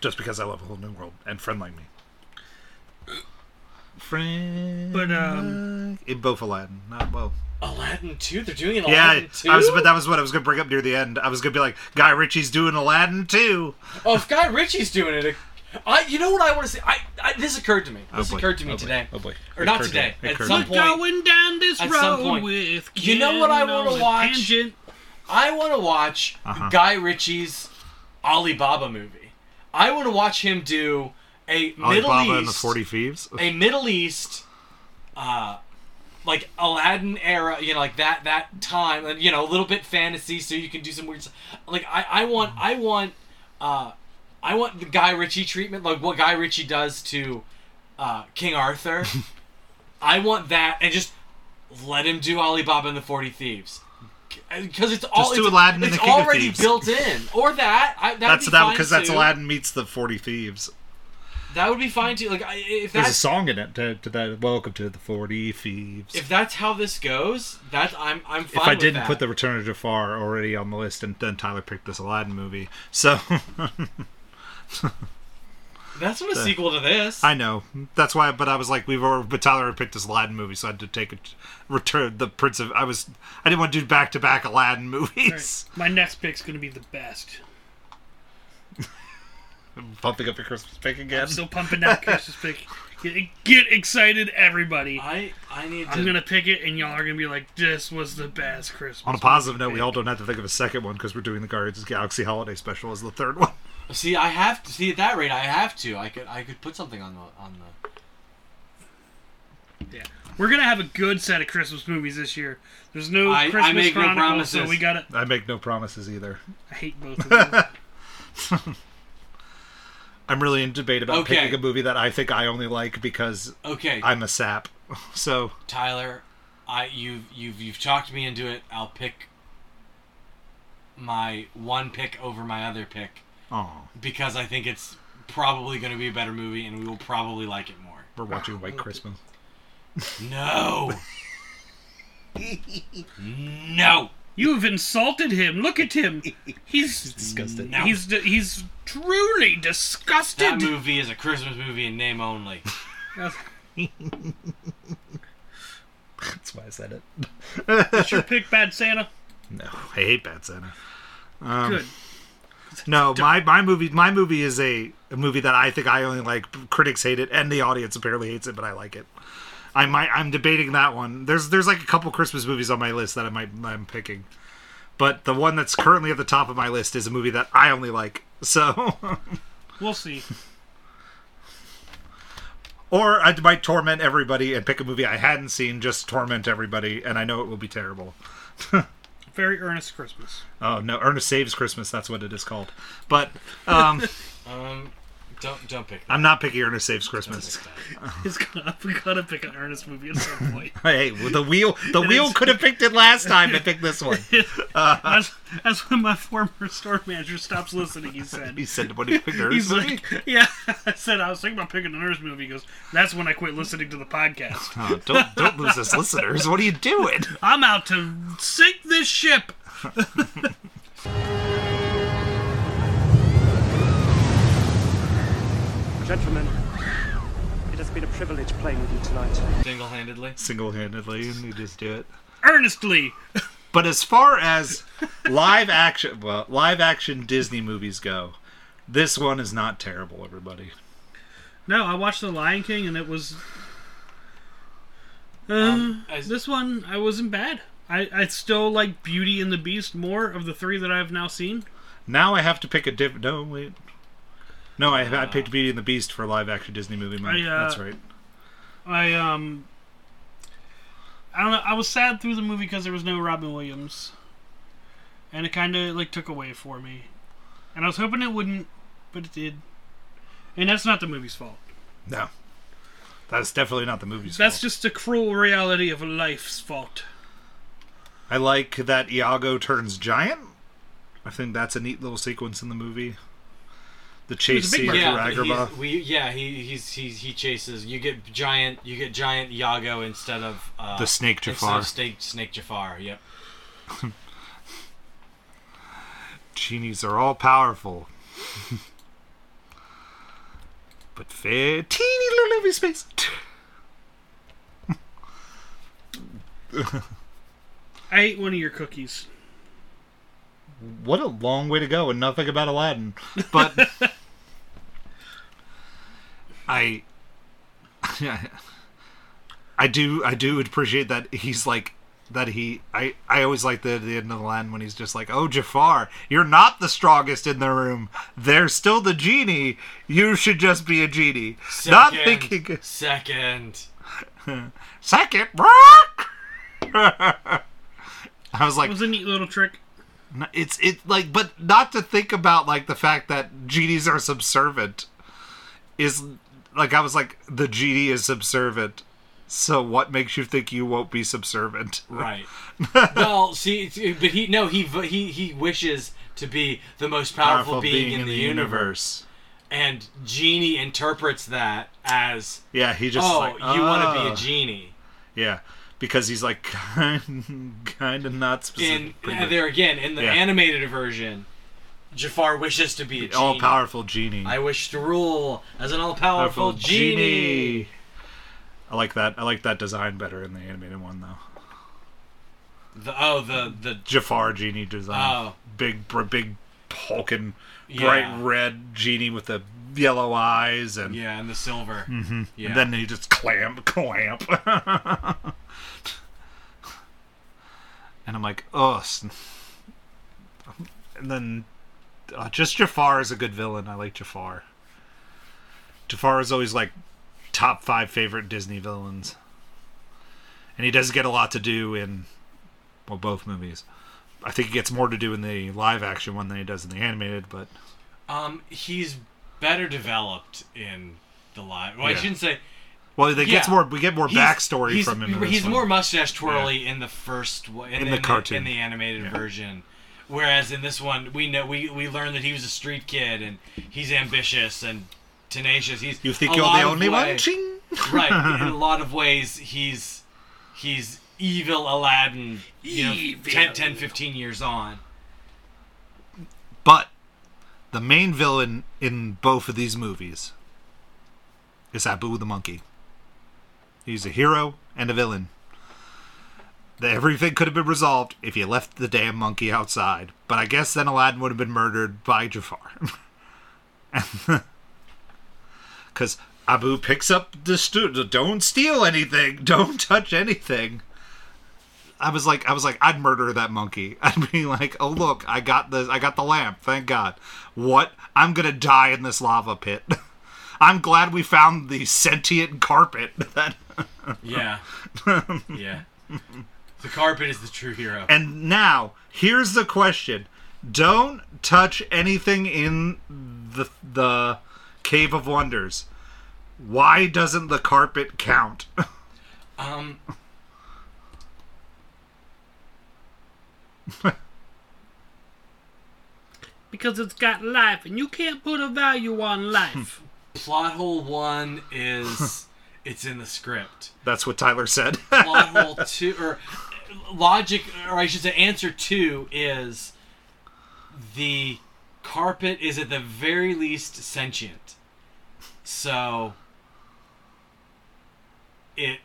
Speaker 1: just because I love a whole new world and friend like me. Friend,
Speaker 2: But, um,
Speaker 1: like- in both Aladdin, not well.
Speaker 3: Aladdin two, they're doing an
Speaker 1: Yeah,
Speaker 3: Aladdin two.
Speaker 1: I was, but that was what I was gonna bring up near the end. I was gonna be like, Guy Ritchie's doing Aladdin too.
Speaker 3: Oh, if Guy Ritchie's doing it, I you know what I want to say. I, I this occurred to me.
Speaker 1: Oh,
Speaker 3: This occurred to me today. Or not today. At some point.
Speaker 2: Going down this
Speaker 3: At some
Speaker 2: road
Speaker 3: point.
Speaker 2: with
Speaker 3: You know what I
Speaker 2: Ken
Speaker 3: wanna
Speaker 2: on a
Speaker 3: watch?
Speaker 2: Tangent.
Speaker 3: I want to watch
Speaker 1: Uh-huh.
Speaker 3: Guy Ritchie's Alibaba movie. I want to watch him do a Middle
Speaker 1: Alibaba
Speaker 3: East,
Speaker 1: and the Forty Thieves.
Speaker 3: a Middle East, uh, like Aladdin era, you know, like that that time, and you know, a little bit fantasy, so you can do some weird stuff. Like I, I want, I want, uh, I want the Guy Ritchie treatment, like what Guy Ritchie does to uh,
Speaker 1: (laughs)
Speaker 3: King Arthur. I want that, and just let him do Alibaba and the Forty Thieves. Because it's all
Speaker 1: Just do
Speaker 3: it's,
Speaker 1: Aladdin and
Speaker 3: it's
Speaker 1: the King of
Speaker 3: already
Speaker 1: Thieves.
Speaker 3: built in, or that I, that'd
Speaker 1: That's
Speaker 3: be
Speaker 1: that
Speaker 3: fine
Speaker 1: because that's
Speaker 3: too.
Speaker 1: Aladdin meets the Forty Thieves.
Speaker 3: That would be fine too. Like I- if
Speaker 1: There's
Speaker 3: that's
Speaker 1: a song in it to, to that. Welcome to the Forty Thieves.
Speaker 3: if that's how this goes, that I'm I'm
Speaker 1: if
Speaker 3: fine.
Speaker 1: I
Speaker 3: with
Speaker 1: didn't
Speaker 3: that.
Speaker 1: put the Return of Jafar already on the list, and then Tyler picked this Aladdin movie, so (laughs)
Speaker 3: that's not a sequel to this.
Speaker 1: I know that's why. But I was like, we've already, but Tyler had picked this Aladdin movie, so I had to take a return the Prince of. I was I didn't want to do back to back Aladdin (laughs) movies.
Speaker 2: My next pick's gonna be the best.
Speaker 1: Pumping up your Christmas pick again.
Speaker 2: Still pumping
Speaker 3: (laughs)
Speaker 2: that Christmas pick. Get, get excited, everybody!
Speaker 3: I I need to.
Speaker 2: I'm gonna pick it, and y'all are gonna be like, "This was the best Christmas."
Speaker 1: on a positive note, we all don't have to think of a second one because we're doing the Guardians of the Galaxy Holiday Special as the third one.
Speaker 3: see. I have to see at that rate. I have to. I could I could put something on the on the.
Speaker 2: Yeah. We're gonna have a good set of Christmas movies this year. There's no
Speaker 3: I- I
Speaker 2: Christmas
Speaker 3: make no
Speaker 2: Chronicles, so
Speaker 3: promises.
Speaker 2: we
Speaker 3: (laughs)
Speaker 2: gotta.
Speaker 1: I make no promises either.
Speaker 2: I hate both of
Speaker 1: (laughs)
Speaker 2: them.
Speaker 1: I'm really in debate about
Speaker 3: Okay.
Speaker 1: picking a movie that I think I only like because
Speaker 3: Okay,
Speaker 1: I'm a sap. (laughs) So
Speaker 3: Tyler, I you've you've you've talked me into it. I'll pick my one pick over my other pick
Speaker 1: oh,
Speaker 3: because I think it's probably going to be a better movie, and we will probably like it more.
Speaker 1: we're watching White Christmas. (laughs)
Speaker 3: No. no.
Speaker 2: You've insulted him. Look at
Speaker 3: (laughs)
Speaker 2: him. He's
Speaker 1: Disgusted.
Speaker 3: No.
Speaker 2: he's he's truly
Speaker 3: That
Speaker 2: disgusted.
Speaker 3: movie is a Christmas movie in name only.
Speaker 1: (laughs) That's why I said it.
Speaker 2: That's your pick, Bad Santa.
Speaker 1: No, I hate Bad Santa.
Speaker 2: Good.
Speaker 1: No, my, my movie my movie is a, a movie that I think I only like. Critics hate it, and the audience apparently hates it, but I like it. I might I'm debating that one. There's there's like a couple Christmas movies on my list that I might I'm picking, but the one that's currently at the top of my list is a movie that I only like. So, (laughs)
Speaker 2: We'll see.
Speaker 1: or I might torment everybody and pick a movie I hadn't seen just torment everybody, and I know it will be terrible.
Speaker 2: Very earnest Christmas.
Speaker 1: Oh no, Ernest Saves Christmas. That's what it is called. But um,
Speaker 3: Um, Don't don't pick that.
Speaker 1: (laughs) I'm not picking Ernest Saves Christmas.
Speaker 2: It's gonna, (laughs) we gotta pick an Ernest movie at some point.
Speaker 1: Hey, well, the wheel the wheel
Speaker 2: is-
Speaker 1: could have picked it last time. I picked this one.
Speaker 2: that's, that's when my former store manager stops listening, he
Speaker 1: (laughs)
Speaker 2: said.
Speaker 1: He said, "What do you pick Ernest
Speaker 2: He's
Speaker 1: movie?"
Speaker 2: like, yeah. I said I was thinking about picking an Ernest movie. He goes, that's when I quit listening to the podcast.
Speaker 1: Oh, don't don't lose us listeners. What are you doing?
Speaker 2: I'm out to sink this ship.
Speaker 9: Gentlemen, it has been a privilege playing with you tonight.
Speaker 3: Single-handedly.
Speaker 1: (laughs) Single-handedly, and you just do it.
Speaker 2: Earnestly,
Speaker 1: But as far as live action, well, live action Disney movies go, this one is not terrible. Everybody,
Speaker 2: No, I watched The Lion King and it was. Uh,
Speaker 3: as-
Speaker 2: this one, I wasn't bad. I, I still like Beauty and the Beast more of the three that I've now seen.
Speaker 1: now I have to pick a different. No, wait. No, I, I picked Beauty and the Beast for live action Disney movie. Month.
Speaker 2: I, uh,
Speaker 1: That's right.
Speaker 2: I um, I don't know. I was sad through the movie because there was no Robin Williams, and it kind of like took away for me. And I was hoping it wouldn't, but it did. And that's not the movie's fault.
Speaker 1: No, that's definitely not the movie's
Speaker 2: That's
Speaker 1: fault.
Speaker 2: just the cruel reality of life's fault.
Speaker 1: I like that Iago turns giant. I think that's a neat little sequence in the movie. The chase
Speaker 2: big
Speaker 1: scene
Speaker 2: man.
Speaker 1: through
Speaker 3: Yeah,
Speaker 1: Agrabah.
Speaker 3: he's- we yeah he he's, he's he chases. You get giant you get giant Yago instead of uh,
Speaker 1: The snake
Speaker 3: instead of
Speaker 1: Jafar.
Speaker 3: Snake Snake Jafar. Yep.
Speaker 1: Genies are all powerful. (laughs) but fair teeny little living space.
Speaker 2: I ate one of your cookies.
Speaker 1: What a long way to go and nothing about Aladdin. But (laughs) I I do I do appreciate that he's like that he I, I always like the the end of the line when he's just like, Oh Jafar, you're not the strongest in the room. They're still the genie. You should just be a genie. Not
Speaker 3: Second.
Speaker 1: thinking
Speaker 3: Second.
Speaker 1: second rock. (laughs) I was like,
Speaker 2: It was a neat little trick.
Speaker 1: n- it's it's like, but not to think about like the fact that genies are subservient is like I was like the genie is subservient. So what makes you think you won't be subservient? (laughs)
Speaker 3: Right. well, see, it's- but he no he v- he he wishes to be the most powerful, being, in the, universe. and genie interprets that as
Speaker 1: Yeah, he just
Speaker 3: oh
Speaker 1: like,
Speaker 3: you want to be
Speaker 1: "Oh."
Speaker 3: a genie.
Speaker 1: Yeah, because he's like (laughs) kind kind of not
Speaker 3: In
Speaker 1: specific.
Speaker 3: and there again in the
Speaker 1: Yeah.
Speaker 3: animated version, Jafar wishes to be a genie.
Speaker 1: all powerful genie.
Speaker 3: I wish to rule as an all-powerful genie.
Speaker 1: I like that. I like that design better in the animated one though.
Speaker 3: The, oh, the the
Speaker 1: Jafar genie design.
Speaker 3: Oh.
Speaker 1: Big, br- big, hulking,
Speaker 3: Yeah.
Speaker 1: bright red genie with the yellow eyes, and,
Speaker 3: yeah, and the silver. Yeah.
Speaker 1: Mm-hmm. and then he just clamp, clamp. (laughs) and I'm like, oh. s- And then, uh, just Jafar is a good villain. I like Jafar. Jafar is always like top five favorite Disney villains, and he does get a lot to do in well both movies. I think he gets more to do in the live action one than he does in the animated, but
Speaker 3: um, he's better developed in the live. Well, I
Speaker 1: Yeah.
Speaker 3: shouldn't say
Speaker 1: well, they gets
Speaker 3: Yeah.
Speaker 1: more we get more
Speaker 3: He's-
Speaker 1: backstory
Speaker 3: he's-
Speaker 1: from him. in this
Speaker 3: He's
Speaker 1: one.
Speaker 3: more mustache twirly in the first one, in,
Speaker 1: the
Speaker 3: in
Speaker 1: cartoon.
Speaker 3: in the animated
Speaker 1: Yeah.
Speaker 3: version. Whereas in this one, we know we we learn that he was a street kid and he's ambitious and tenacious. He's
Speaker 1: You think
Speaker 3: a
Speaker 1: you're
Speaker 3: lot
Speaker 1: the
Speaker 3: of
Speaker 1: only
Speaker 3: way-
Speaker 1: one? Ching!
Speaker 3: right? In a lot of ways, he's he's evil Aladdin. You know, 10, 10, 15 years on.
Speaker 1: But the main villain in both of these movies is Abu the monkey. He's a hero and a villain. The- Everything could have been resolved if you left the damn monkey outside, but I guess then Aladdin would have been murdered by Jafar. (laughs) Because Abu picks up the stu- don't steal anything, don't touch anything. I was like, I was like, I'd murder that monkey. (laughs) I'd be like, oh look, I got this, I got the lamp. Thank God. What? I'm gonna die in this lava pit. (laughs) I'm glad we found the sentient carpet. (laughs) That-
Speaker 3: Yeah, yeah. The carpet is the true hero.
Speaker 1: and now, here's the question: Don't touch anything in the the Cave of Wonders. Why doesn't the carpet count? (laughs)
Speaker 3: Um.
Speaker 2: Because it's got life, and you can't put a
Speaker 1: (laughs)
Speaker 2: value on life.
Speaker 3: Plot hole one is it's in the script.
Speaker 1: That's what Tyler said. (laughs)
Speaker 3: Plot hole two, or logic, or I should say, answer two is the carpet is at the very least sentient. So it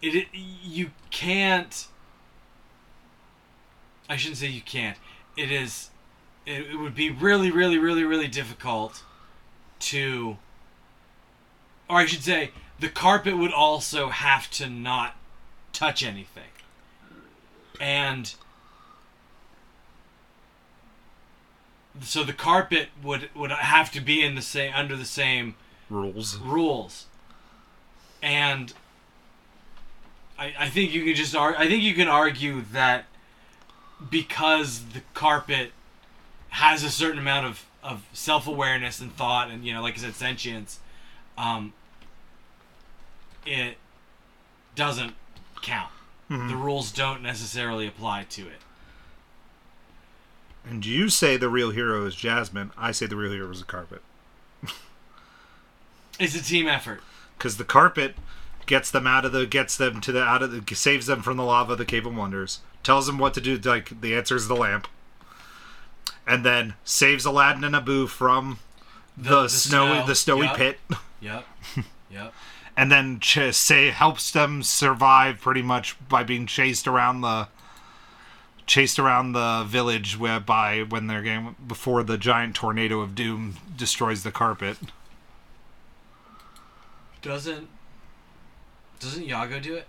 Speaker 3: it, it you can't. I shouldn't say you can't. It is. It, it would be really, really, really, really difficult to. Or I should say, the carpet would also have to not touch anything. And. So the carpet would would have to be in the same under the same
Speaker 1: Rules.
Speaker 3: rules. And I, I think you can just ar- I think you can argue that because the carpet has a certain amount of, of self awareness and thought and you know like I said sentience, um, it doesn't count.
Speaker 1: Mm-hmm.
Speaker 3: The rules don't necessarily apply to it.
Speaker 1: And you say the real hero is Jasmine. I say the real hero is the carpet.
Speaker 3: It's a team effort.
Speaker 1: because the carpet gets them out of the gets them to the out of the saves them from the lava of the cave of wonders tells them what to do like the answer is the lamp and then saves aladdin and abu from the,
Speaker 3: the
Speaker 1: snowy
Speaker 3: snow,
Speaker 1: the snowy
Speaker 3: yeah.
Speaker 1: pit (laughs)
Speaker 3: Yep. yep.
Speaker 1: and then ch- say helps them survive pretty much by being chased around the chased around the village where by when they're getting before the giant tornado of doom destroys the carpet
Speaker 3: Doesn't doesn't Yago do it?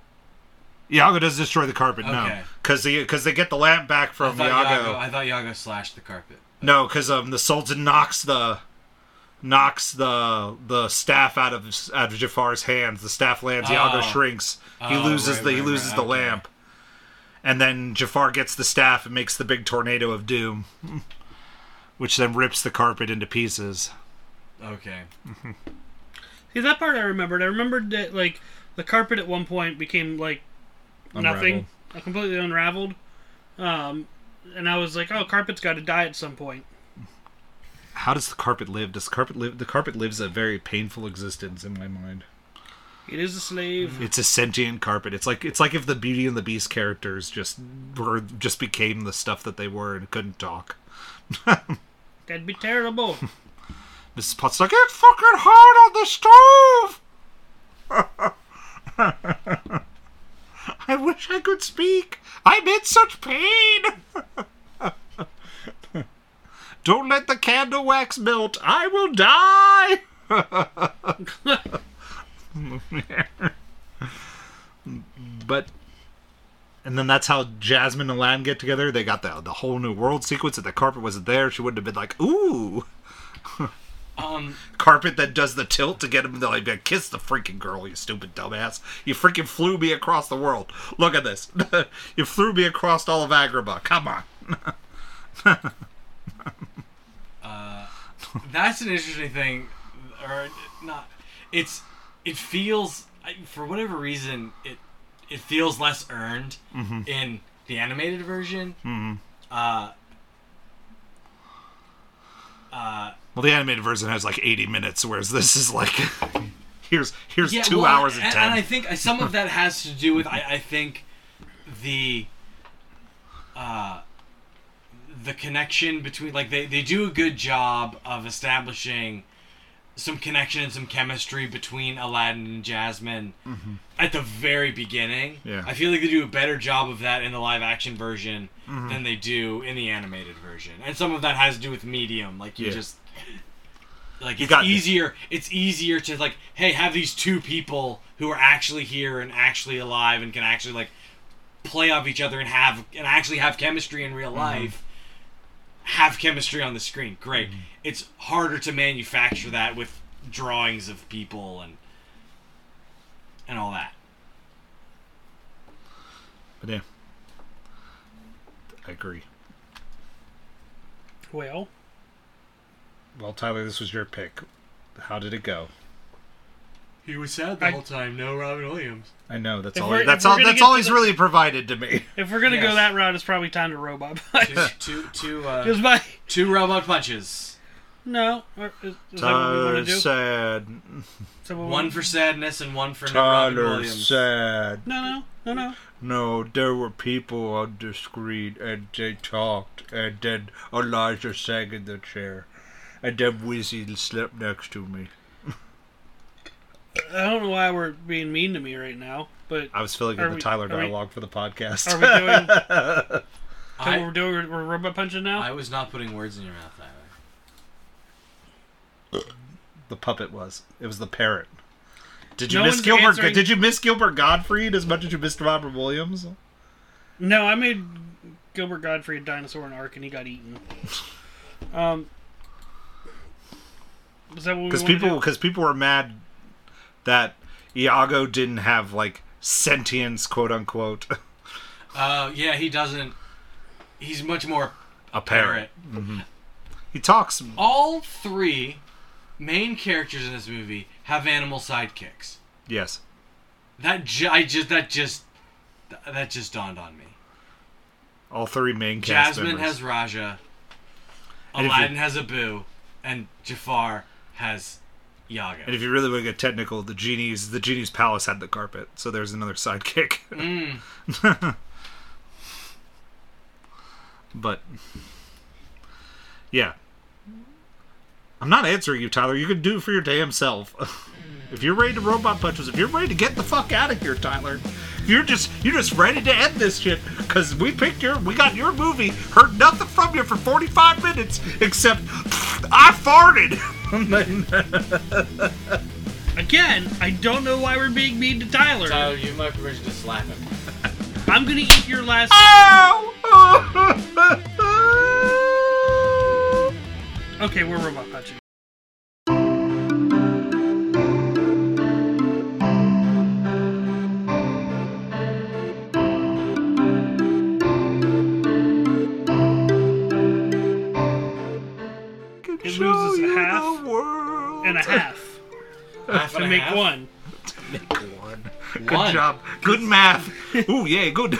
Speaker 1: Iago does destroy the carpet, no,
Speaker 3: Okay.
Speaker 1: because they because they get the lamp back
Speaker 3: I
Speaker 1: from
Speaker 3: thought
Speaker 1: Iago.
Speaker 3: Yago. I thought Yago slashed the carpet.
Speaker 1: No, because um the Sultan knocks the knocks the the staff out of out of Jafar's hands. The staff lands. Iago
Speaker 3: Oh.
Speaker 1: shrinks. He
Speaker 3: Oh,
Speaker 1: loses
Speaker 3: right,
Speaker 1: the he
Speaker 3: right,
Speaker 1: loses
Speaker 3: right,
Speaker 1: the
Speaker 3: okay.
Speaker 1: lamp, and then Jafar gets the staff and makes the big tornado of doom, (laughs) which then rips the carpet into pieces.
Speaker 3: Okay.
Speaker 2: See that part I remembered. I remembered that like the carpet at one point became like nothing, uh, completely unraveled. Um, and I was like, oh, carpet's got to die at some point.
Speaker 1: How does the carpet live? Does the carpet live? The carpet lives a very painful existence in my mind.
Speaker 2: It is a slave.
Speaker 1: It's a sentient carpet. It's like it's like if the Beauty and the Beast characters just were just became the stuff that they were and couldn't talk.
Speaker 2: That'd be
Speaker 1: (laughs)
Speaker 2: terrible.
Speaker 1: Mrs. Potts like, it's fucking hard on the stove. (laughs) I wish I could speak. I'm in such pain. (laughs) Don't let the candle wax melt. I will die. (laughs) but and then that's how Jasmine and Lan get together. They got the the whole new world sequence. If the carpet wasn't there, she wouldn't have been like, ooh
Speaker 3: Um.
Speaker 1: carpet that does the tilt to get him to like kiss the freaking girl, you stupid dumbass. You freaking flew me across the world. Look at this. (laughs) you flew me across all of Agrabah. Come on.
Speaker 3: That's an interesting thing, or not? It's it feels I- for whatever reason it it feels less earned
Speaker 1: Mm-hmm.
Speaker 3: in the animated version.
Speaker 1: Well, the animated version has like 80 minutes, whereas this is like (laughs) here's here's two
Speaker 3: well,
Speaker 1: hours
Speaker 3: and,
Speaker 1: and ten.
Speaker 3: and I think uh, some of that has to do with I, I think the uh, the connection between like they, they do a good job of establishing some connection and some chemistry between Aladdin and Jasmine at the very beginning.
Speaker 1: Mm-hmm. Yeah.
Speaker 3: I feel like they do a better job of that in the live action version
Speaker 1: Mm-hmm.
Speaker 3: than they do in the animated version. And some of that has to do with medium. Like you
Speaker 1: Yeah.
Speaker 3: just like
Speaker 1: You
Speaker 3: it's
Speaker 1: got this.
Speaker 3: easier it's easier to like hey have these two people who are actually here and actually alive and can actually like play off each other and have and actually have chemistry in
Speaker 1: Mm-hmm.
Speaker 3: real life have chemistry on the screen great
Speaker 1: Mm-hmm.
Speaker 3: it's harder to manufacture that with drawings of people and and all that
Speaker 1: but yeah. I agree.
Speaker 2: well,
Speaker 1: Well, Tyler, this was your pick. How did it go?
Speaker 3: He was sad the
Speaker 2: I-
Speaker 3: whole time. No Robin Williams.
Speaker 1: I know that's
Speaker 2: If
Speaker 1: all.
Speaker 2: we're- if
Speaker 1: That's
Speaker 2: we're
Speaker 1: all.
Speaker 2: gonna
Speaker 1: That's
Speaker 2: get
Speaker 1: all
Speaker 2: to
Speaker 1: he's
Speaker 2: the-
Speaker 1: really provided to
Speaker 2: (laughs)
Speaker 1: me.
Speaker 2: If we're gonna
Speaker 3: Yes.
Speaker 2: go that route, it's probably time to robot
Speaker 1: (laughs)
Speaker 2: (laughs) punch.
Speaker 3: Two, two, two, uh,
Speaker 2: Because my
Speaker 3: two robot punches.
Speaker 2: no, or is, is that what we want to do?
Speaker 1: Uh, sad.
Speaker 2: So we'll-
Speaker 3: One for sadness and one for no Robin
Speaker 1: Tyler
Speaker 3: Williams.
Speaker 1: sad.
Speaker 2: no, no, no, no.
Speaker 1: No, Oh, there were people on the screen, and they talked, and then Elijah sang in the chair, and then Wizzy slept next to me.
Speaker 2: I don't know why we're being mean to me right now,
Speaker 1: (laughs)
Speaker 2: but
Speaker 1: I was filling
Speaker 2: Are
Speaker 1: in the
Speaker 2: we-
Speaker 1: Tyler
Speaker 2: are we-
Speaker 1: dialogue for the podcast.
Speaker 2: are we doing? so we're
Speaker 3: I,
Speaker 2: doing we're, we're robot punching now.
Speaker 3: I was not putting words in your mouth, Tyler.
Speaker 1: the puppet was. It was the parrot. Did you
Speaker 2: No
Speaker 1: miss
Speaker 2: one's
Speaker 1: Gilbert?
Speaker 2: answering-
Speaker 1: Did you miss Gilbert Gottfried as much as you missed Robert Williams?
Speaker 2: No, I made Gilbert Godfrey a dinosaur in Ark, and he got eaten. Um, is that what we
Speaker 1: Because
Speaker 2: wanna
Speaker 1: people,
Speaker 2: do?
Speaker 1: because people were mad that Iago didn't have like sentience, quote unquote, (laughs)
Speaker 3: Uh, yeah, he doesn't. He's much more
Speaker 1: a
Speaker 3: parrot.
Speaker 1: parrot. He talks.
Speaker 3: All three main characters in this movie have animal sidekicks.
Speaker 1: Yes.
Speaker 3: That ju- I just that just that just dawned on me.
Speaker 1: All three main cast
Speaker 3: Jasmine
Speaker 1: members.
Speaker 3: has Raja,
Speaker 1: And if you-
Speaker 3: Aladdin has Abu, and Jafar has Yaga.
Speaker 1: and if you really want to get technical, the genies, the genie's palace had the carpet, so there's another sidekick. (laughs) but yeah, I'm not answering you, Tyler. You can do it for your damn self. (laughs) if you're ready to robot punches, if you're ready to get the fuck out of here, Tyler. if You're just you're just ready to end this shit because we picked your we got your movie heard nothing from you for 45 minutes except (laughs) I farted. (laughs)
Speaker 2: Again, I don't know why we're being mean to Tyler.
Speaker 3: Tyler, you have my permission to slap him.
Speaker 2: I'm gonna eat your last. Okay, we're robot punching. It loses a half
Speaker 3: (laughs)
Speaker 2: and a half
Speaker 3: Half and
Speaker 2: to
Speaker 3: a
Speaker 2: make
Speaker 3: half?
Speaker 2: one.
Speaker 3: One.
Speaker 1: Good job. Good
Speaker 2: (laughs)
Speaker 1: math. Ooh, yeah, good. (laughs)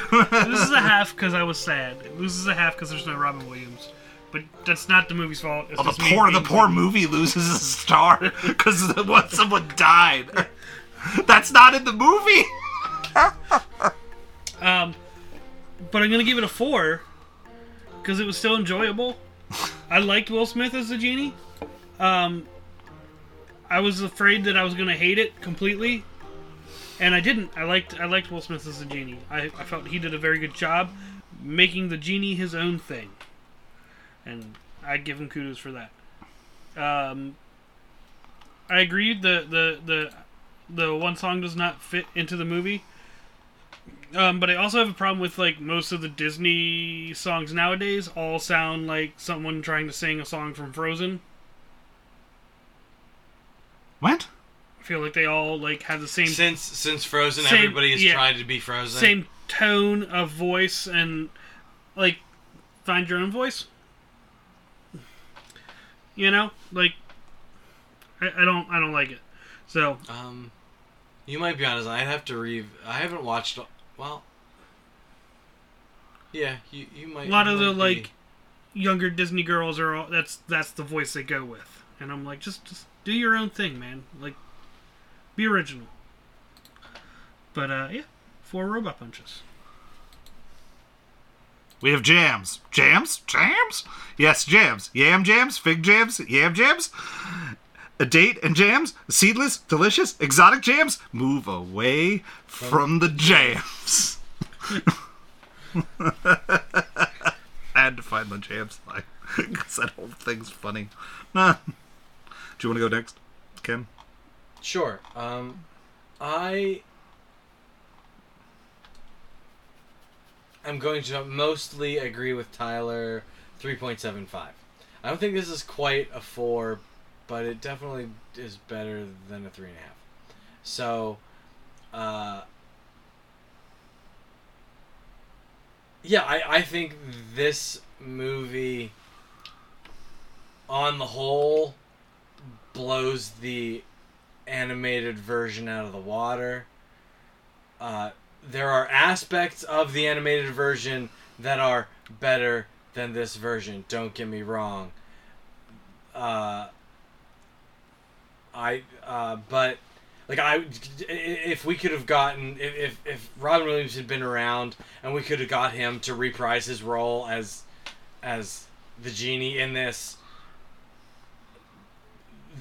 Speaker 2: This is a half because I was sad. It loses a half because there's no Robin Williams. But that's not the movie's fault. It's
Speaker 1: Oh, the
Speaker 2: just me
Speaker 1: poor, the
Speaker 2: being-
Speaker 1: poor movie loses a star (laughs) because what someone died. (laughs) That's not in the movie.
Speaker 2: But I'm gonna give it a four because it was still enjoyable. I liked Will Smith as the genie. Um, I was afraid that I was gonna hate it completely, and I didn't. I liked I liked Will Smith as the genie. I, I felt he did a very good job making the genie his own thing, and I give him kudos for that. Um, I agreed the the the the one song does not fit into the movie. Um, but I also have a problem with like most of the Disney songs nowadays all sound like someone trying to sing a song from Frozen.
Speaker 1: What?
Speaker 2: I feel like they all like have the same
Speaker 3: Since since Frozen,
Speaker 2: Same-
Speaker 3: everybody has
Speaker 2: yeah.
Speaker 3: tried to be Frozen.
Speaker 2: same tone of voice and like find your own voice. You know, like I, I don't I don't like it. So
Speaker 3: Um, you might be honest. I'd have to re. I haven't watched. Well. Yeah, you you might.
Speaker 2: a lot
Speaker 3: you
Speaker 2: of the
Speaker 3: might be-
Speaker 2: like younger Disney girls are all that's that's the voice they go with, and I'm like, just just do your own thing, man. Like, be original. But uh, yeah, four robot punches.
Speaker 1: We have jams, jams, jams. Yes, jams. Yam jams, fig jams, yam jams. A date and jams, seedless, delicious, exotic jams. Move away from the jams. (laughs) I had to find the jams line because that whole thing's funny. Nah. Do you want to go next, Ken?
Speaker 3: Sure. Um, I am going to mostly agree with Tyler 3.75. I don't think this is quite a 4, but it definitely is better than a 3.5. So, uh, yeah, I, I think this movie on the whole, blows the animated version out of the water. Uh, there are aspects of the animated version that are better than this version. Don't get me wrong. Uh, I uh, but like I if we could have gotten if if, if Robin Williams had been around and we could have got him to reprise his role as as the genie in this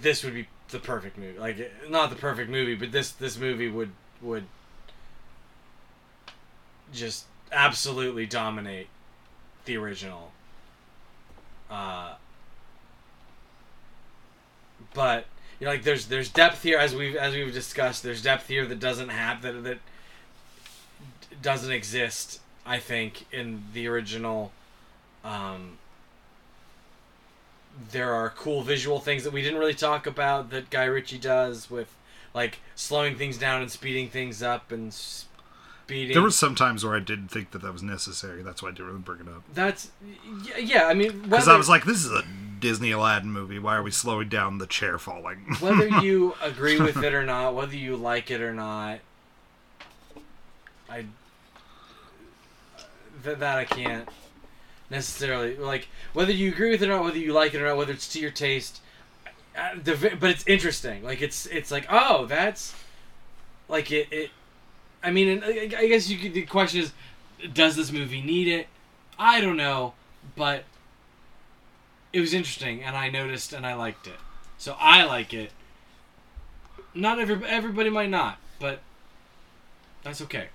Speaker 3: this would be the perfect movie like not the perfect movie but this this movie would would just absolutely dominate the original uh but you know, like there's there's depth here as we've as we've discussed. There's depth here that doesn't have that that doesn't exist. I think in the original, um, there are cool visual things that we didn't really talk about that Guy Ritchie does with like slowing things down and speeding things up and speeding.
Speaker 1: There was some times where I didn't think that that was necessary. That's why I didn't really bring it up
Speaker 3: That's yeah. yeah I mean,
Speaker 1: because
Speaker 3: whether-
Speaker 1: I was like, "This is a Disney Aladdin movie. Why are we slowing down the chair falling?" (laughs)
Speaker 3: whether you agree with it or not, whether you like it or not, I th- that I can't necessarily like whether you agree with it or not, whether you like it or not, whether it's to your taste. uh, the vi- But it's interesting. Like it's it's like oh that's like it. it I mean, and I I guess you could, the question is, does this movie need it? I don't know, but it was interesting, and I noticed, and I liked it. So I like it. Not every everybody might not, but that's okay.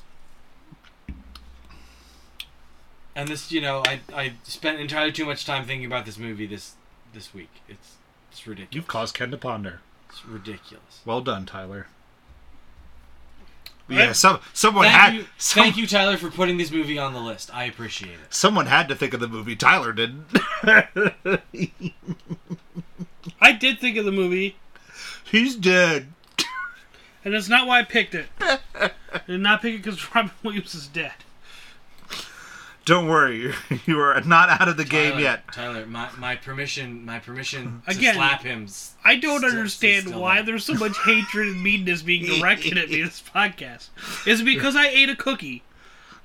Speaker 3: And this, you know, I, I spent entirely too much time thinking about this movie this this week. It's it's ridiculous.
Speaker 1: You've caused Ken to ponder.
Speaker 3: it's ridiculous.
Speaker 1: Well done, Tyler.
Speaker 2: Right.
Speaker 1: Yeah, some someone
Speaker 3: Thank
Speaker 1: had (laughs)
Speaker 3: you,
Speaker 1: some-
Speaker 3: thank you, Tyler, for putting this movie on the list. I appreciate it.
Speaker 1: someone had to think of the movie. Tyler didn't.
Speaker 2: I did think of the movie,
Speaker 1: (laughs) He's dead.
Speaker 2: and that's not why I picked
Speaker 3: (laughs)
Speaker 2: it. I did not pick it because (laughs) Robin Williams is dead.
Speaker 1: Don't worry, (laughs) you you are not out of the game
Speaker 3: Tyler,
Speaker 1: yet.
Speaker 3: Tyler, my, my permission, my permission to
Speaker 2: Again,
Speaker 3: slap him. s-
Speaker 2: I don't
Speaker 3: still-
Speaker 2: understand
Speaker 3: still
Speaker 2: why
Speaker 3: there.
Speaker 2: there's so much hatred and meanness
Speaker 3: (laughs)
Speaker 2: being directed at me in this podcast. It's because I ate a cookie.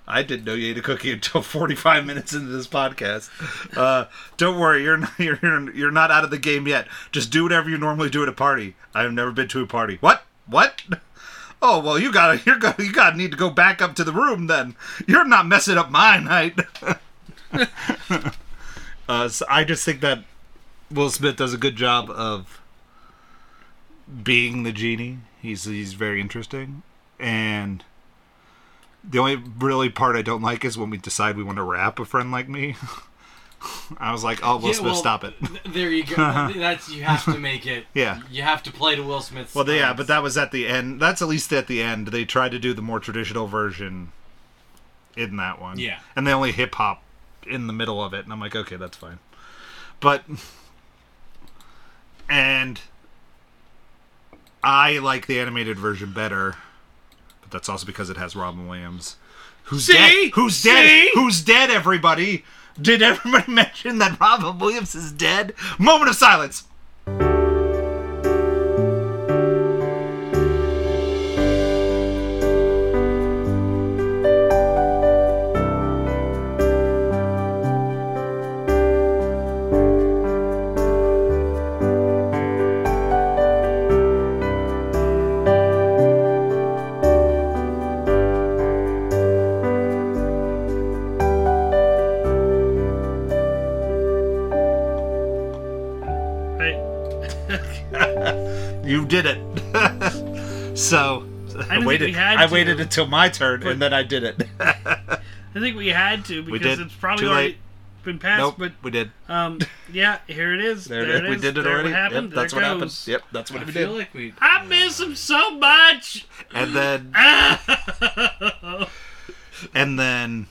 Speaker 1: I didn't know you ate a cookie until (laughs) 45 minutes into this podcast. Uh, don't worry, you're not, (laughs) you're you're- you're not out of the game yet. Just do whatever you normally do at a party. I've never been to a party. What? What? (laughs) Oh well, you gotta you're gonna you gotta need to go back up to the room then. You're not messing up my night. (laughs) uh, so I just think that Will Smith does a good job of being the genie. He's he's very interesting and. The only really part I don't like is when we decide we want to rap a friend like me. (laughs) I was like, oh, Will
Speaker 3: Yeah,
Speaker 1: Smith,
Speaker 3: well,
Speaker 1: stop it.
Speaker 3: th- There
Speaker 1: (laughs)
Speaker 3: you go. That's you have to make it.
Speaker 1: Yeah.
Speaker 3: You have to play to Will Smith's.
Speaker 1: Well, yeah, but
Speaker 3: songs.
Speaker 1: that was at the end. That's at least at the end. They tried to do the more traditional version in that one.
Speaker 3: Yeah.
Speaker 1: And they only hip hop in the middle of it. And I'm like, okay, that's fine. But. And. I like the animated version better. But that's also because it has Robin Williams. Who's
Speaker 2: See?
Speaker 1: dead? Who's dead?
Speaker 2: See?
Speaker 1: Who's dead, everybody? Did everybody (laughs) mention that Robin Williams is dead? Moment of silence.
Speaker 2: I,
Speaker 1: You did it. (laughs) so I,
Speaker 2: think
Speaker 1: waited.
Speaker 2: we had
Speaker 1: I
Speaker 2: to,
Speaker 1: waited until my turn,
Speaker 2: but-
Speaker 1: and then I did it.
Speaker 2: I think we had to because
Speaker 1: did.
Speaker 2: it's probably
Speaker 1: Too
Speaker 2: already
Speaker 1: late.
Speaker 2: been passed.
Speaker 1: nope, we did.
Speaker 2: But um, yeah, here it is.
Speaker 1: There,
Speaker 2: There,
Speaker 1: it is. We did it
Speaker 2: There
Speaker 1: already.
Speaker 2: What happened.
Speaker 1: Yep, that's
Speaker 2: there
Speaker 1: what
Speaker 2: it
Speaker 1: happened.
Speaker 2: goes.
Speaker 1: Yep, that's what
Speaker 3: I
Speaker 1: we
Speaker 3: feel
Speaker 1: did.
Speaker 3: like we.
Speaker 2: I miss him so much.
Speaker 1: and
Speaker 2: (laughs)
Speaker 1: then, and then,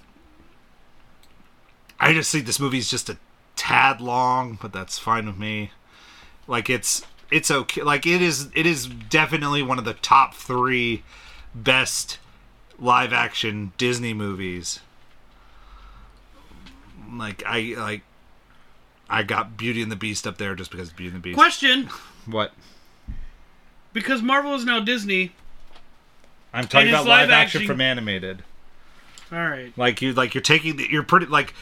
Speaker 1: I just think this movie's just a tad long, but that's fine with me. Like it's it's okay. Like it is it is definitely one of the top three best live action Disney movies. Like I like. I got Beauty and the Beast up there just because of Beauty and the Beast.
Speaker 2: Question:
Speaker 1: (laughs) What?
Speaker 2: Because Marvel is now Disney.
Speaker 1: I'm talking
Speaker 2: And
Speaker 1: about
Speaker 2: it's
Speaker 1: live,
Speaker 2: live
Speaker 1: action,
Speaker 2: action.
Speaker 1: from animated.
Speaker 2: All right.
Speaker 1: Like you, like you're taking, the, you're pretty like,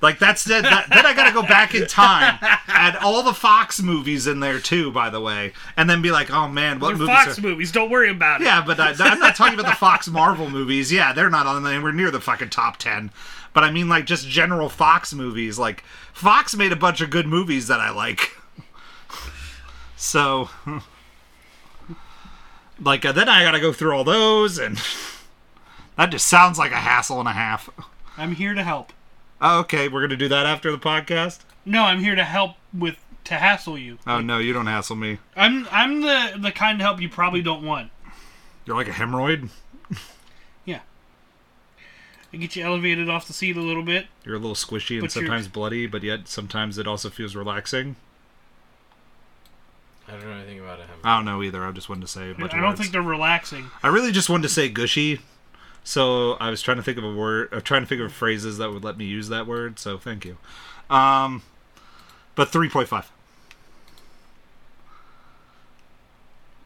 Speaker 1: like that's it. That, then I gotta go back in time, add all the Fox movies in there too, by the way, and then be like, oh man, what
Speaker 2: They're
Speaker 1: movies?
Speaker 2: Fox
Speaker 1: are-
Speaker 2: movies. Don't worry about it.
Speaker 1: Yeah, but I, I'm not talking about the Fox Marvel movies. Yeah, they're not on anywhere near the fucking top ten. But I mean, like just general Fox movies. Like Fox made a bunch of good movies that I like. (laughs) So, like uh, then I gotta go through all those, and (laughs) that just sounds like a hassle and a half.
Speaker 2: I'm here to help.
Speaker 1: Oh, okay, we're gonna do that after the podcast.
Speaker 2: No, I'm here to help with to hassle you.
Speaker 1: Oh no, you don't hassle me.
Speaker 2: I'm I'm the the kind of help you probably don't want.
Speaker 1: You're like a hemorrhoid.
Speaker 2: Yeah. I get you elevated off the seat a little bit.
Speaker 1: You're a little squishy and
Speaker 2: But you're-
Speaker 1: sometimes bloody, but yet sometimes it also feels relaxing.
Speaker 3: I don't know anything about
Speaker 1: (laughs)
Speaker 3: it.
Speaker 1: I don't know either. I just wanted to say. A bunch
Speaker 2: I
Speaker 1: of
Speaker 2: don't
Speaker 1: words.
Speaker 2: think they're relaxing.
Speaker 1: I really just wanted to say gushy. So I was trying to think of a word. I'm trying to think of phrases that would let me use that word. So thank you. Um, but three point five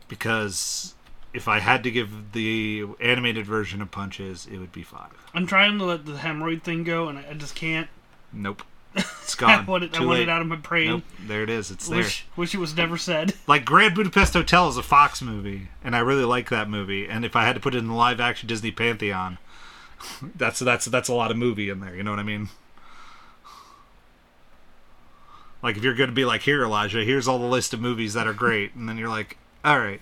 Speaker 1: because if I had to give the animated version of punches, it would be five.
Speaker 2: I'm trying to let the hemorrhoid thing go, and I, I just can't. (laughs)
Speaker 1: Nope, it's
Speaker 2: I
Speaker 1: gone.
Speaker 2: want it, I
Speaker 1: Too
Speaker 2: want
Speaker 1: late.
Speaker 2: it out of my brain.
Speaker 1: Nope, there it is. It's there.
Speaker 2: Wish, wish it was never
Speaker 1: (laughs)
Speaker 2: said.
Speaker 1: like Grand Budapest Hotel is a Fox movie, and I really like that movie. And if I had to put it in the live action Disney pantheon, (laughs) that's that's that's a lot of movie in there. You know what I mean? Like if you're going to be like, here Elijah, here's all the list of movies that are great, and then you're like, all right.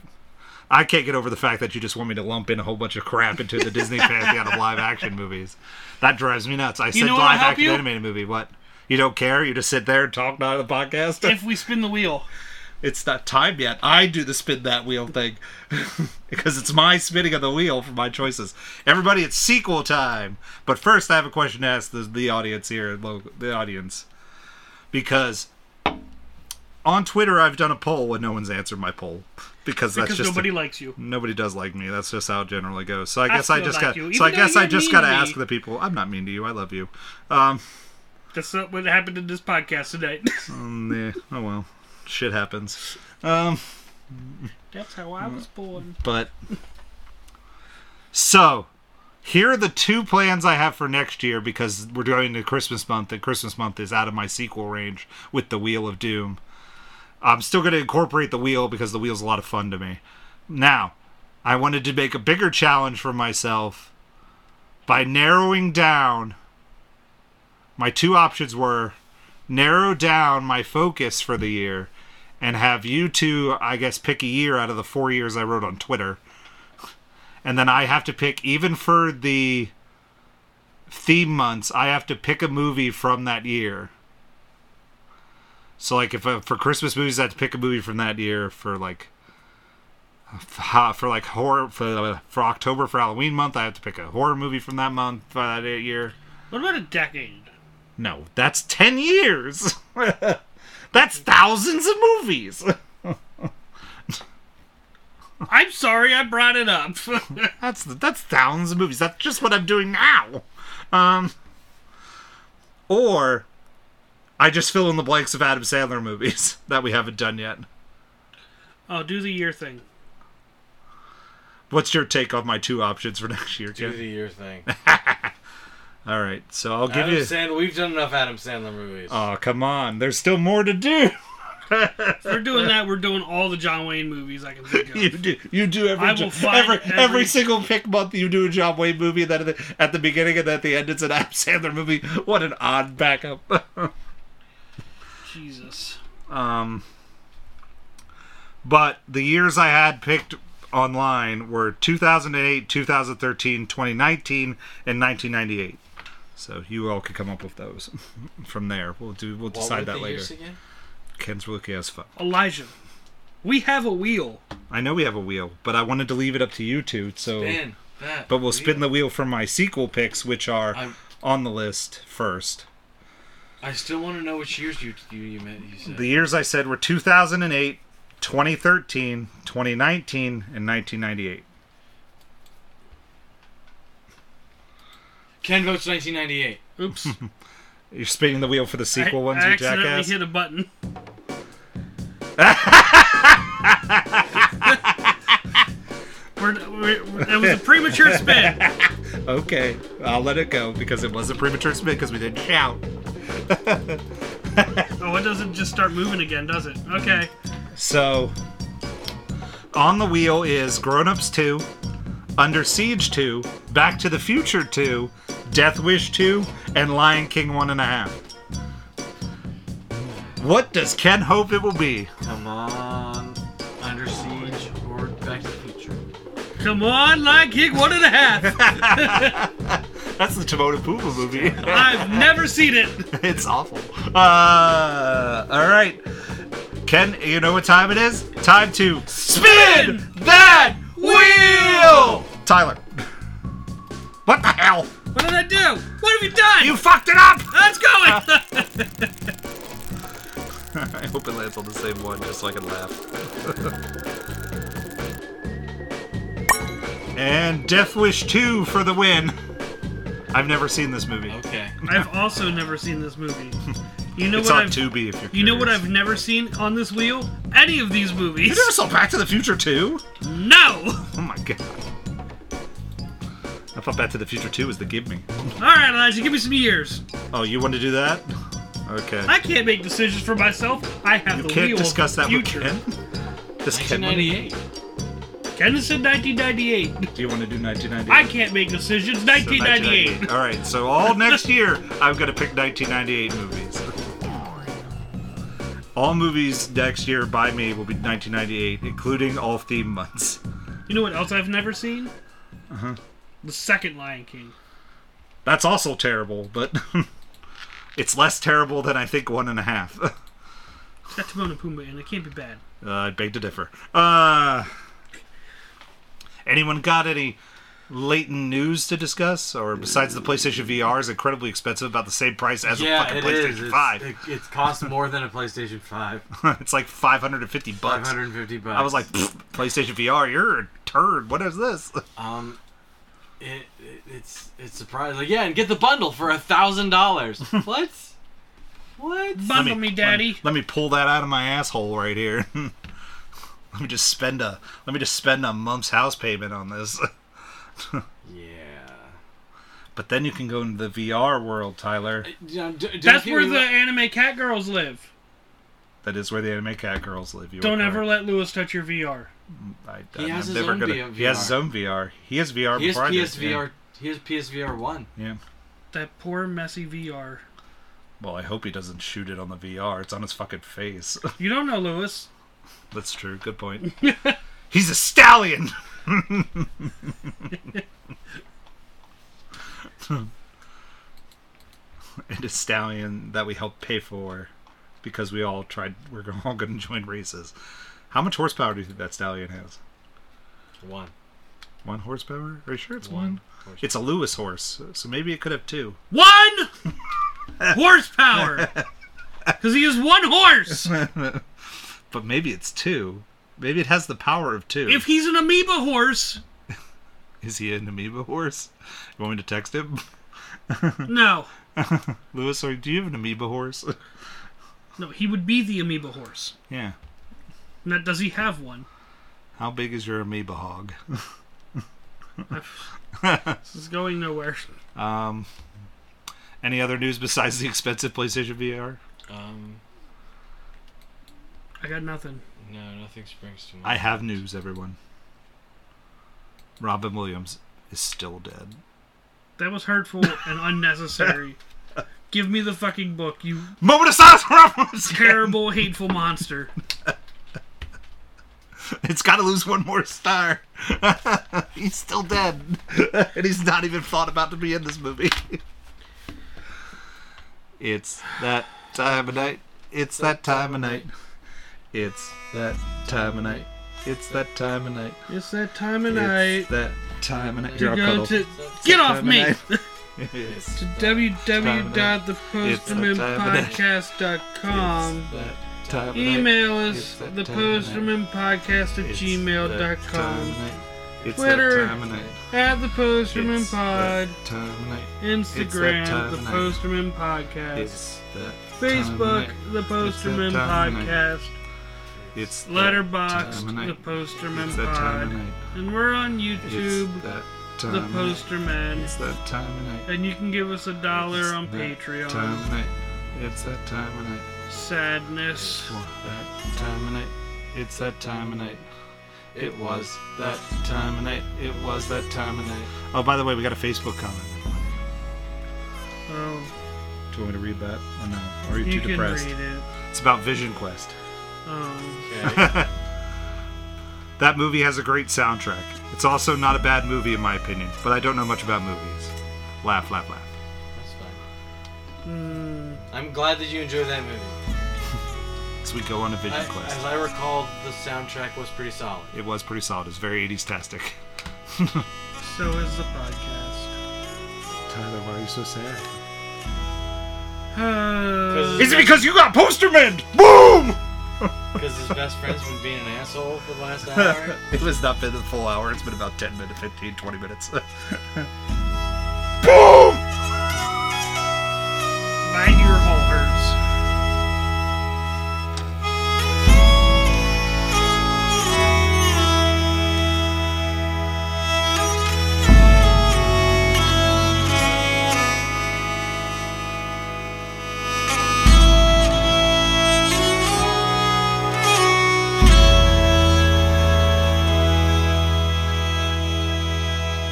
Speaker 1: I can't get over the fact that you just want me to lump in a whole bunch of crap into the
Speaker 2: (laughs)
Speaker 1: Disney pantheon of live action movies. That drives me nuts. I said
Speaker 2: know what'll
Speaker 1: live
Speaker 2: help
Speaker 1: action
Speaker 2: you?
Speaker 1: animated movie. What? You don't care? You just sit there and talk about it on the
Speaker 2: (laughs)
Speaker 1: podcast?
Speaker 2: if we spin the wheel,
Speaker 1: it's not time yet. I do the spin that wheel thing (laughs) because it's my spinning of the wheel for my choices. Everybody, it's sequel time. But first, I have a question to ask the, the audience here, lo- the audience, because on Twitter I've done a poll and no one's answered my poll because that's
Speaker 2: because
Speaker 1: just
Speaker 2: nobody
Speaker 1: a-
Speaker 2: likes you.
Speaker 1: nobody does like me. That's just how it generally goes. So I guess I,
Speaker 2: still
Speaker 1: just
Speaker 2: like
Speaker 1: got.
Speaker 2: you,
Speaker 1: So I
Speaker 2: even though
Speaker 1: guess I
Speaker 2: you're
Speaker 1: just
Speaker 2: mean
Speaker 1: got to
Speaker 2: to me.
Speaker 1: ask the people. I'm not mean to you. I love you. Um.
Speaker 2: That's not what happened in this podcast tonight. (laughs)
Speaker 1: Yeah. Oh well. Shit happens.
Speaker 2: That's how I was born.
Speaker 1: but so here are the two plans I have for next year because we're going to Christmas month and Christmas month is out of my sequel range with the Wheel of Doom. I'm still going to incorporate the wheel because the wheel's a lot of fun to me. Now, I wanted to make a bigger challenge for myself by narrowing down my two options were narrow down my focus for the year and have you two, I guess, pick a year out of the four years I wrote on Twitter. And then I have to pick, even for the theme months, I have to pick a movie from that year. So, like, if uh, for Christmas movies, I have to pick a movie from that year for like. For, for like horror for uh, for October for Halloween month, I have to pick a horror movie from that month for that year.
Speaker 2: What about a decade?
Speaker 1: No, that's 10 years. (laughs) that's thousands of movies. (laughs)
Speaker 2: I'm sorry, I brought it up. (laughs)
Speaker 1: That's that's thousands of movies. That's just what I'm doing now. Um, or I just fill in the blanks of Adam Sandler movies (laughs) that we haven't done yet.
Speaker 2: oh, do the year thing.
Speaker 1: What's your take on my two options for (laughs) next year,
Speaker 3: Do
Speaker 1: Ken?
Speaker 3: the
Speaker 1: (laughs)
Speaker 3: year thing.
Speaker 1: All right, so I'll give
Speaker 3: Adam
Speaker 1: you.
Speaker 3: Sandler. We've done enough Adam Sandler movies.
Speaker 1: oh come on, there's still more to do. (laughs)
Speaker 2: If we're doing that, we're doing all the John Wayne movies I can think
Speaker 1: (laughs)
Speaker 2: of.
Speaker 1: You do, you do every
Speaker 2: I will
Speaker 1: jo-
Speaker 2: find
Speaker 1: every,
Speaker 2: every-
Speaker 1: every single pick month. You do a John Wayne movie, and then at the, at the beginning and then at the end, it's an Adam Sandler movie. What an odd backup. (laughs)
Speaker 2: Jesus.
Speaker 1: But the years I had picked online were 2008, 2013, 2019, and 1998. So you all could come up with those (laughs) from there. We'll do. We'll
Speaker 3: what
Speaker 1: decide
Speaker 3: were
Speaker 1: that
Speaker 3: the years
Speaker 1: later.
Speaker 3: again?
Speaker 1: Ken's wiki as fuck.
Speaker 2: Elijah, we have a wheel.
Speaker 1: I know we have a wheel, but I wanted to leave it up to you two. So,
Speaker 3: Spin that.
Speaker 1: but we'll spin the wheel for my sequel picks, which are
Speaker 3: I'm-
Speaker 1: on the list first.
Speaker 3: I still want to know which years you you you, meant, you said.
Speaker 1: The years I said were 2008, 2013, 2019, and 1998.
Speaker 3: Ken votes 1998.
Speaker 1: (laughs)
Speaker 2: Oops.
Speaker 1: You're spinning the wheel for the sequel
Speaker 2: I,
Speaker 1: ones,
Speaker 2: I
Speaker 1: you
Speaker 2: accidentally
Speaker 1: jackass.
Speaker 2: hit
Speaker 1: (laughs)
Speaker 2: a button. we're, we're, we're- that was a premature spin.
Speaker 1: Okay, I'll let it go because it was a premature spin because we didn't shout.
Speaker 2: Oh, it doesn't just start moving again, does it? Okay.
Speaker 1: So, on the wheel is Grown Ups 2, Under Siege 2, Back to the Future 2, Death Wish 2, and Lion King One and a Half. What does Ken hope it will be?
Speaker 3: Come on, Under Siege or Back to the Future.
Speaker 2: Come on, Lion King, one and a half.
Speaker 1: That's the Timon and Pumbaa movie. (laughs)
Speaker 2: I've never seen it.
Speaker 1: it's awful. Uh, all right. Ken, you know what time it is? Time to spin that wheel! Tyler. What the hell?
Speaker 2: What did I do? What have you done?
Speaker 1: You fucked it up!
Speaker 2: That's going.
Speaker 1: (laughs) I hope it lands on the same one just so I can laugh. (laughs) and Death Wish 2 for the win. I've never seen this movie.
Speaker 3: Okay.
Speaker 2: (laughs) I've also never seen this movie. You know
Speaker 1: It's
Speaker 2: what
Speaker 1: on
Speaker 2: I've
Speaker 1: Tubi if you're
Speaker 2: You know what
Speaker 1: curious.
Speaker 2: I've never seen on this wheel? Any of these
Speaker 1: You
Speaker 2: movies.
Speaker 1: never saw Back to the Future 2?
Speaker 2: No.
Speaker 1: Oh my god. I thought Back to the Future 2 was the give me.
Speaker 2: All right, Elijah, give me some years.
Speaker 1: Oh, you want to do that? Okay.
Speaker 2: I can't make decisions for myself. I have
Speaker 1: you
Speaker 2: the
Speaker 1: can't
Speaker 2: wheel
Speaker 1: discuss
Speaker 2: of
Speaker 1: that
Speaker 2: the
Speaker 1: with
Speaker 2: future.
Speaker 1: Ken. Does (laughs) Ken want to,
Speaker 3: 1998.
Speaker 2: Kennison, 1998.
Speaker 1: do you want to do 1998?
Speaker 2: I can't make decisions.
Speaker 1: So
Speaker 2: 1998.
Speaker 1: All right, so all next year, I'm going to pick 1998 movies. All movies next year by me will be 1998, including all theme months.
Speaker 2: You know what else I've never seen? Uh huh.
Speaker 1: Uh-huh.
Speaker 2: The second Lion King.
Speaker 1: That's also terrible, but (laughs) it's less terrible than I think one and a half. (laughs) Uh,
Speaker 2: It's got Timon and Pumbaa in it. Can't be bad.
Speaker 1: I beg to differ. Uh, anyone got any latent news to discuss? Or besides the PlayStation VR is incredibly expensive, about the same price as a
Speaker 3: Yeah,
Speaker 1: fucking
Speaker 3: it
Speaker 1: PlayStation
Speaker 3: is. It's,
Speaker 1: 5.
Speaker 3: It, it costs more than a PlayStation 5.
Speaker 1: (laughs) it's like 550 bucks.
Speaker 3: 550 bucks.
Speaker 1: I was like, "Pfft, PlayStation VR, you're a turd. What is this?
Speaker 2: (laughs)
Speaker 3: um, it, it, it's it's surprising. Like, yeah, and get the bundle for a thousand (laughs) dollars. What? What?
Speaker 2: Bundle me, Daddy.
Speaker 1: Um, Let me pull that out of my asshole right here. (laughs) let me just spend a let me just spend a month's house payment on this. (laughs)
Speaker 3: Yeah.
Speaker 1: But then you can go into the VR world, Tyler.
Speaker 3: You know, d- don't
Speaker 2: That's
Speaker 3: get
Speaker 2: where
Speaker 3: me
Speaker 2: the
Speaker 3: wrong-
Speaker 2: anime cat girls live.
Speaker 1: That is where the anime cat girls live. You are
Speaker 2: Don't ever
Speaker 1: correct.
Speaker 2: let Lewis touch your VR.
Speaker 1: I,
Speaker 3: He has his own
Speaker 1: gonna,
Speaker 3: VR.
Speaker 1: He has his own VR. He has VR
Speaker 3: Here's
Speaker 1: before
Speaker 3: PSVR.
Speaker 1: I
Speaker 3: Here's PSVR one.
Speaker 1: did. Yeah. yeah.
Speaker 2: That poor messy VR.
Speaker 1: Well, I hope he doesn't shoot it on the VR. It's on his fucking face. (laughs)
Speaker 2: You don't know Lewis.
Speaker 1: That's true. Good
Speaker 3: (laughs)
Speaker 1: point. He's a stallion. (laughs) and a stallion that we helped pay for because we all tried. We're all going to join races. How much horsepower do you think that stallion has?
Speaker 3: One.
Speaker 1: One horsepower? Are you sure it's one? It's a Lewis horse, so maybe it could have two.
Speaker 2: One
Speaker 1: (laughs)
Speaker 2: horsepower. Because he is
Speaker 1: (laughs)
Speaker 2: one horse.
Speaker 1: But maybe it's two. Maybe it has the power of two.
Speaker 2: If he's an amoeba horse,
Speaker 1: Is he an amoeba horse? You want me to text him? (laughs)
Speaker 2: no.
Speaker 1: Lewis, or do you have an amoeba horse? (laughs)
Speaker 2: No, he would be the amoeba horse.
Speaker 1: yeah.
Speaker 2: Now, does he have one?
Speaker 1: How big is your amoeba hog?
Speaker 2: This is going nowhere.
Speaker 1: Any other news besides the expensive PlayStation VR?
Speaker 3: Um.
Speaker 2: I got nothing.
Speaker 3: No, nothing springs to mind.
Speaker 1: I have news, everyone. Robin Williams is still dead.
Speaker 2: That was hurtful and (laughs) unnecessary. Give me the fucking book, you
Speaker 1: Moment of silence for Robin Williams!
Speaker 2: terrible, hateful monster.
Speaker 1: It's got to lose one more star. (laughs) he's still dead. (laughs) and he's not even thought about to be in this movie. it's that time of night. It's that time of night. It's that time of night. It's that time of night.
Speaker 2: It's that time of
Speaker 1: It's
Speaker 2: night
Speaker 1: that time of night.
Speaker 2: to
Speaker 1: You're all
Speaker 2: go
Speaker 1: cuddled.
Speaker 2: to get off
Speaker 1: time of
Speaker 2: me. (laughs)
Speaker 1: night. It's
Speaker 2: www.thepostmanpodcast.com.
Speaker 1: that time of night.
Speaker 2: Email
Speaker 1: It's
Speaker 2: us
Speaker 1: that time of night.
Speaker 2: thepostmanpodcast at
Speaker 1: It's that time of
Speaker 2: gmail.com.
Speaker 1: night.
Speaker 10: It's
Speaker 2: Twitter.
Speaker 10: that time of night.
Speaker 2: At the Posterman
Speaker 10: It's that
Speaker 2: Pod.
Speaker 10: time of night. It's that
Speaker 2: Instagram,
Speaker 10: time
Speaker 2: the
Speaker 10: of night.
Speaker 2: Posterman Podcast.
Speaker 10: It's that
Speaker 2: Facebook,
Speaker 10: time of
Speaker 2: the
Speaker 10: night.
Speaker 2: Posterman
Speaker 10: It's that time of night.
Speaker 2: Podcast.
Speaker 10: It's that
Speaker 2: Letterboxd,
Speaker 10: time of night.
Speaker 2: the Posterman
Speaker 10: It's that time
Speaker 2: Pod.
Speaker 10: of night.
Speaker 2: And we're on
Speaker 10: It's
Speaker 2: YouTube,
Speaker 10: that time
Speaker 2: the
Speaker 10: of night.
Speaker 2: Posterman.
Speaker 10: It's that time of night.
Speaker 2: And you can give us a
Speaker 10: It's
Speaker 2: dollar on
Speaker 10: that
Speaker 2: Patreon.
Speaker 10: Time of night. It's that time of night.
Speaker 2: Sadness.
Speaker 10: Well, that time of night. It's that time of night. It was that time of night. It was that time of night.
Speaker 1: Oh, by the way, we got a Facebook comment.
Speaker 2: Oh,
Speaker 1: Do you want me to read that or no? Or are you,
Speaker 2: you
Speaker 1: too
Speaker 2: can
Speaker 1: depressed?
Speaker 2: read it.
Speaker 1: It's about Vision Quest.
Speaker 2: Oh,
Speaker 3: (laughs)
Speaker 1: That movie has a great soundtrack. It's also not a bad movie in my opinion, but I don't know much about movies. Laugh, laugh, laugh.
Speaker 3: That's fine. I'm glad that you enjoyed that movie.
Speaker 1: So we go on a Vision
Speaker 3: I,
Speaker 1: Quest.
Speaker 3: as I recall, the soundtrack was pretty solid.
Speaker 1: it was pretty solid. It's very 80s tastic.
Speaker 2: so is the podcast.
Speaker 10: Tyler, why are you so sad?
Speaker 2: Uh,
Speaker 1: Is it because you got Posterman? Boom!
Speaker 3: Because his best friend's been being an (laughs) asshole for the last hour.
Speaker 1: it was not been the full hour. It's been about 10 minutes, (laughs) 15, 20 minutes.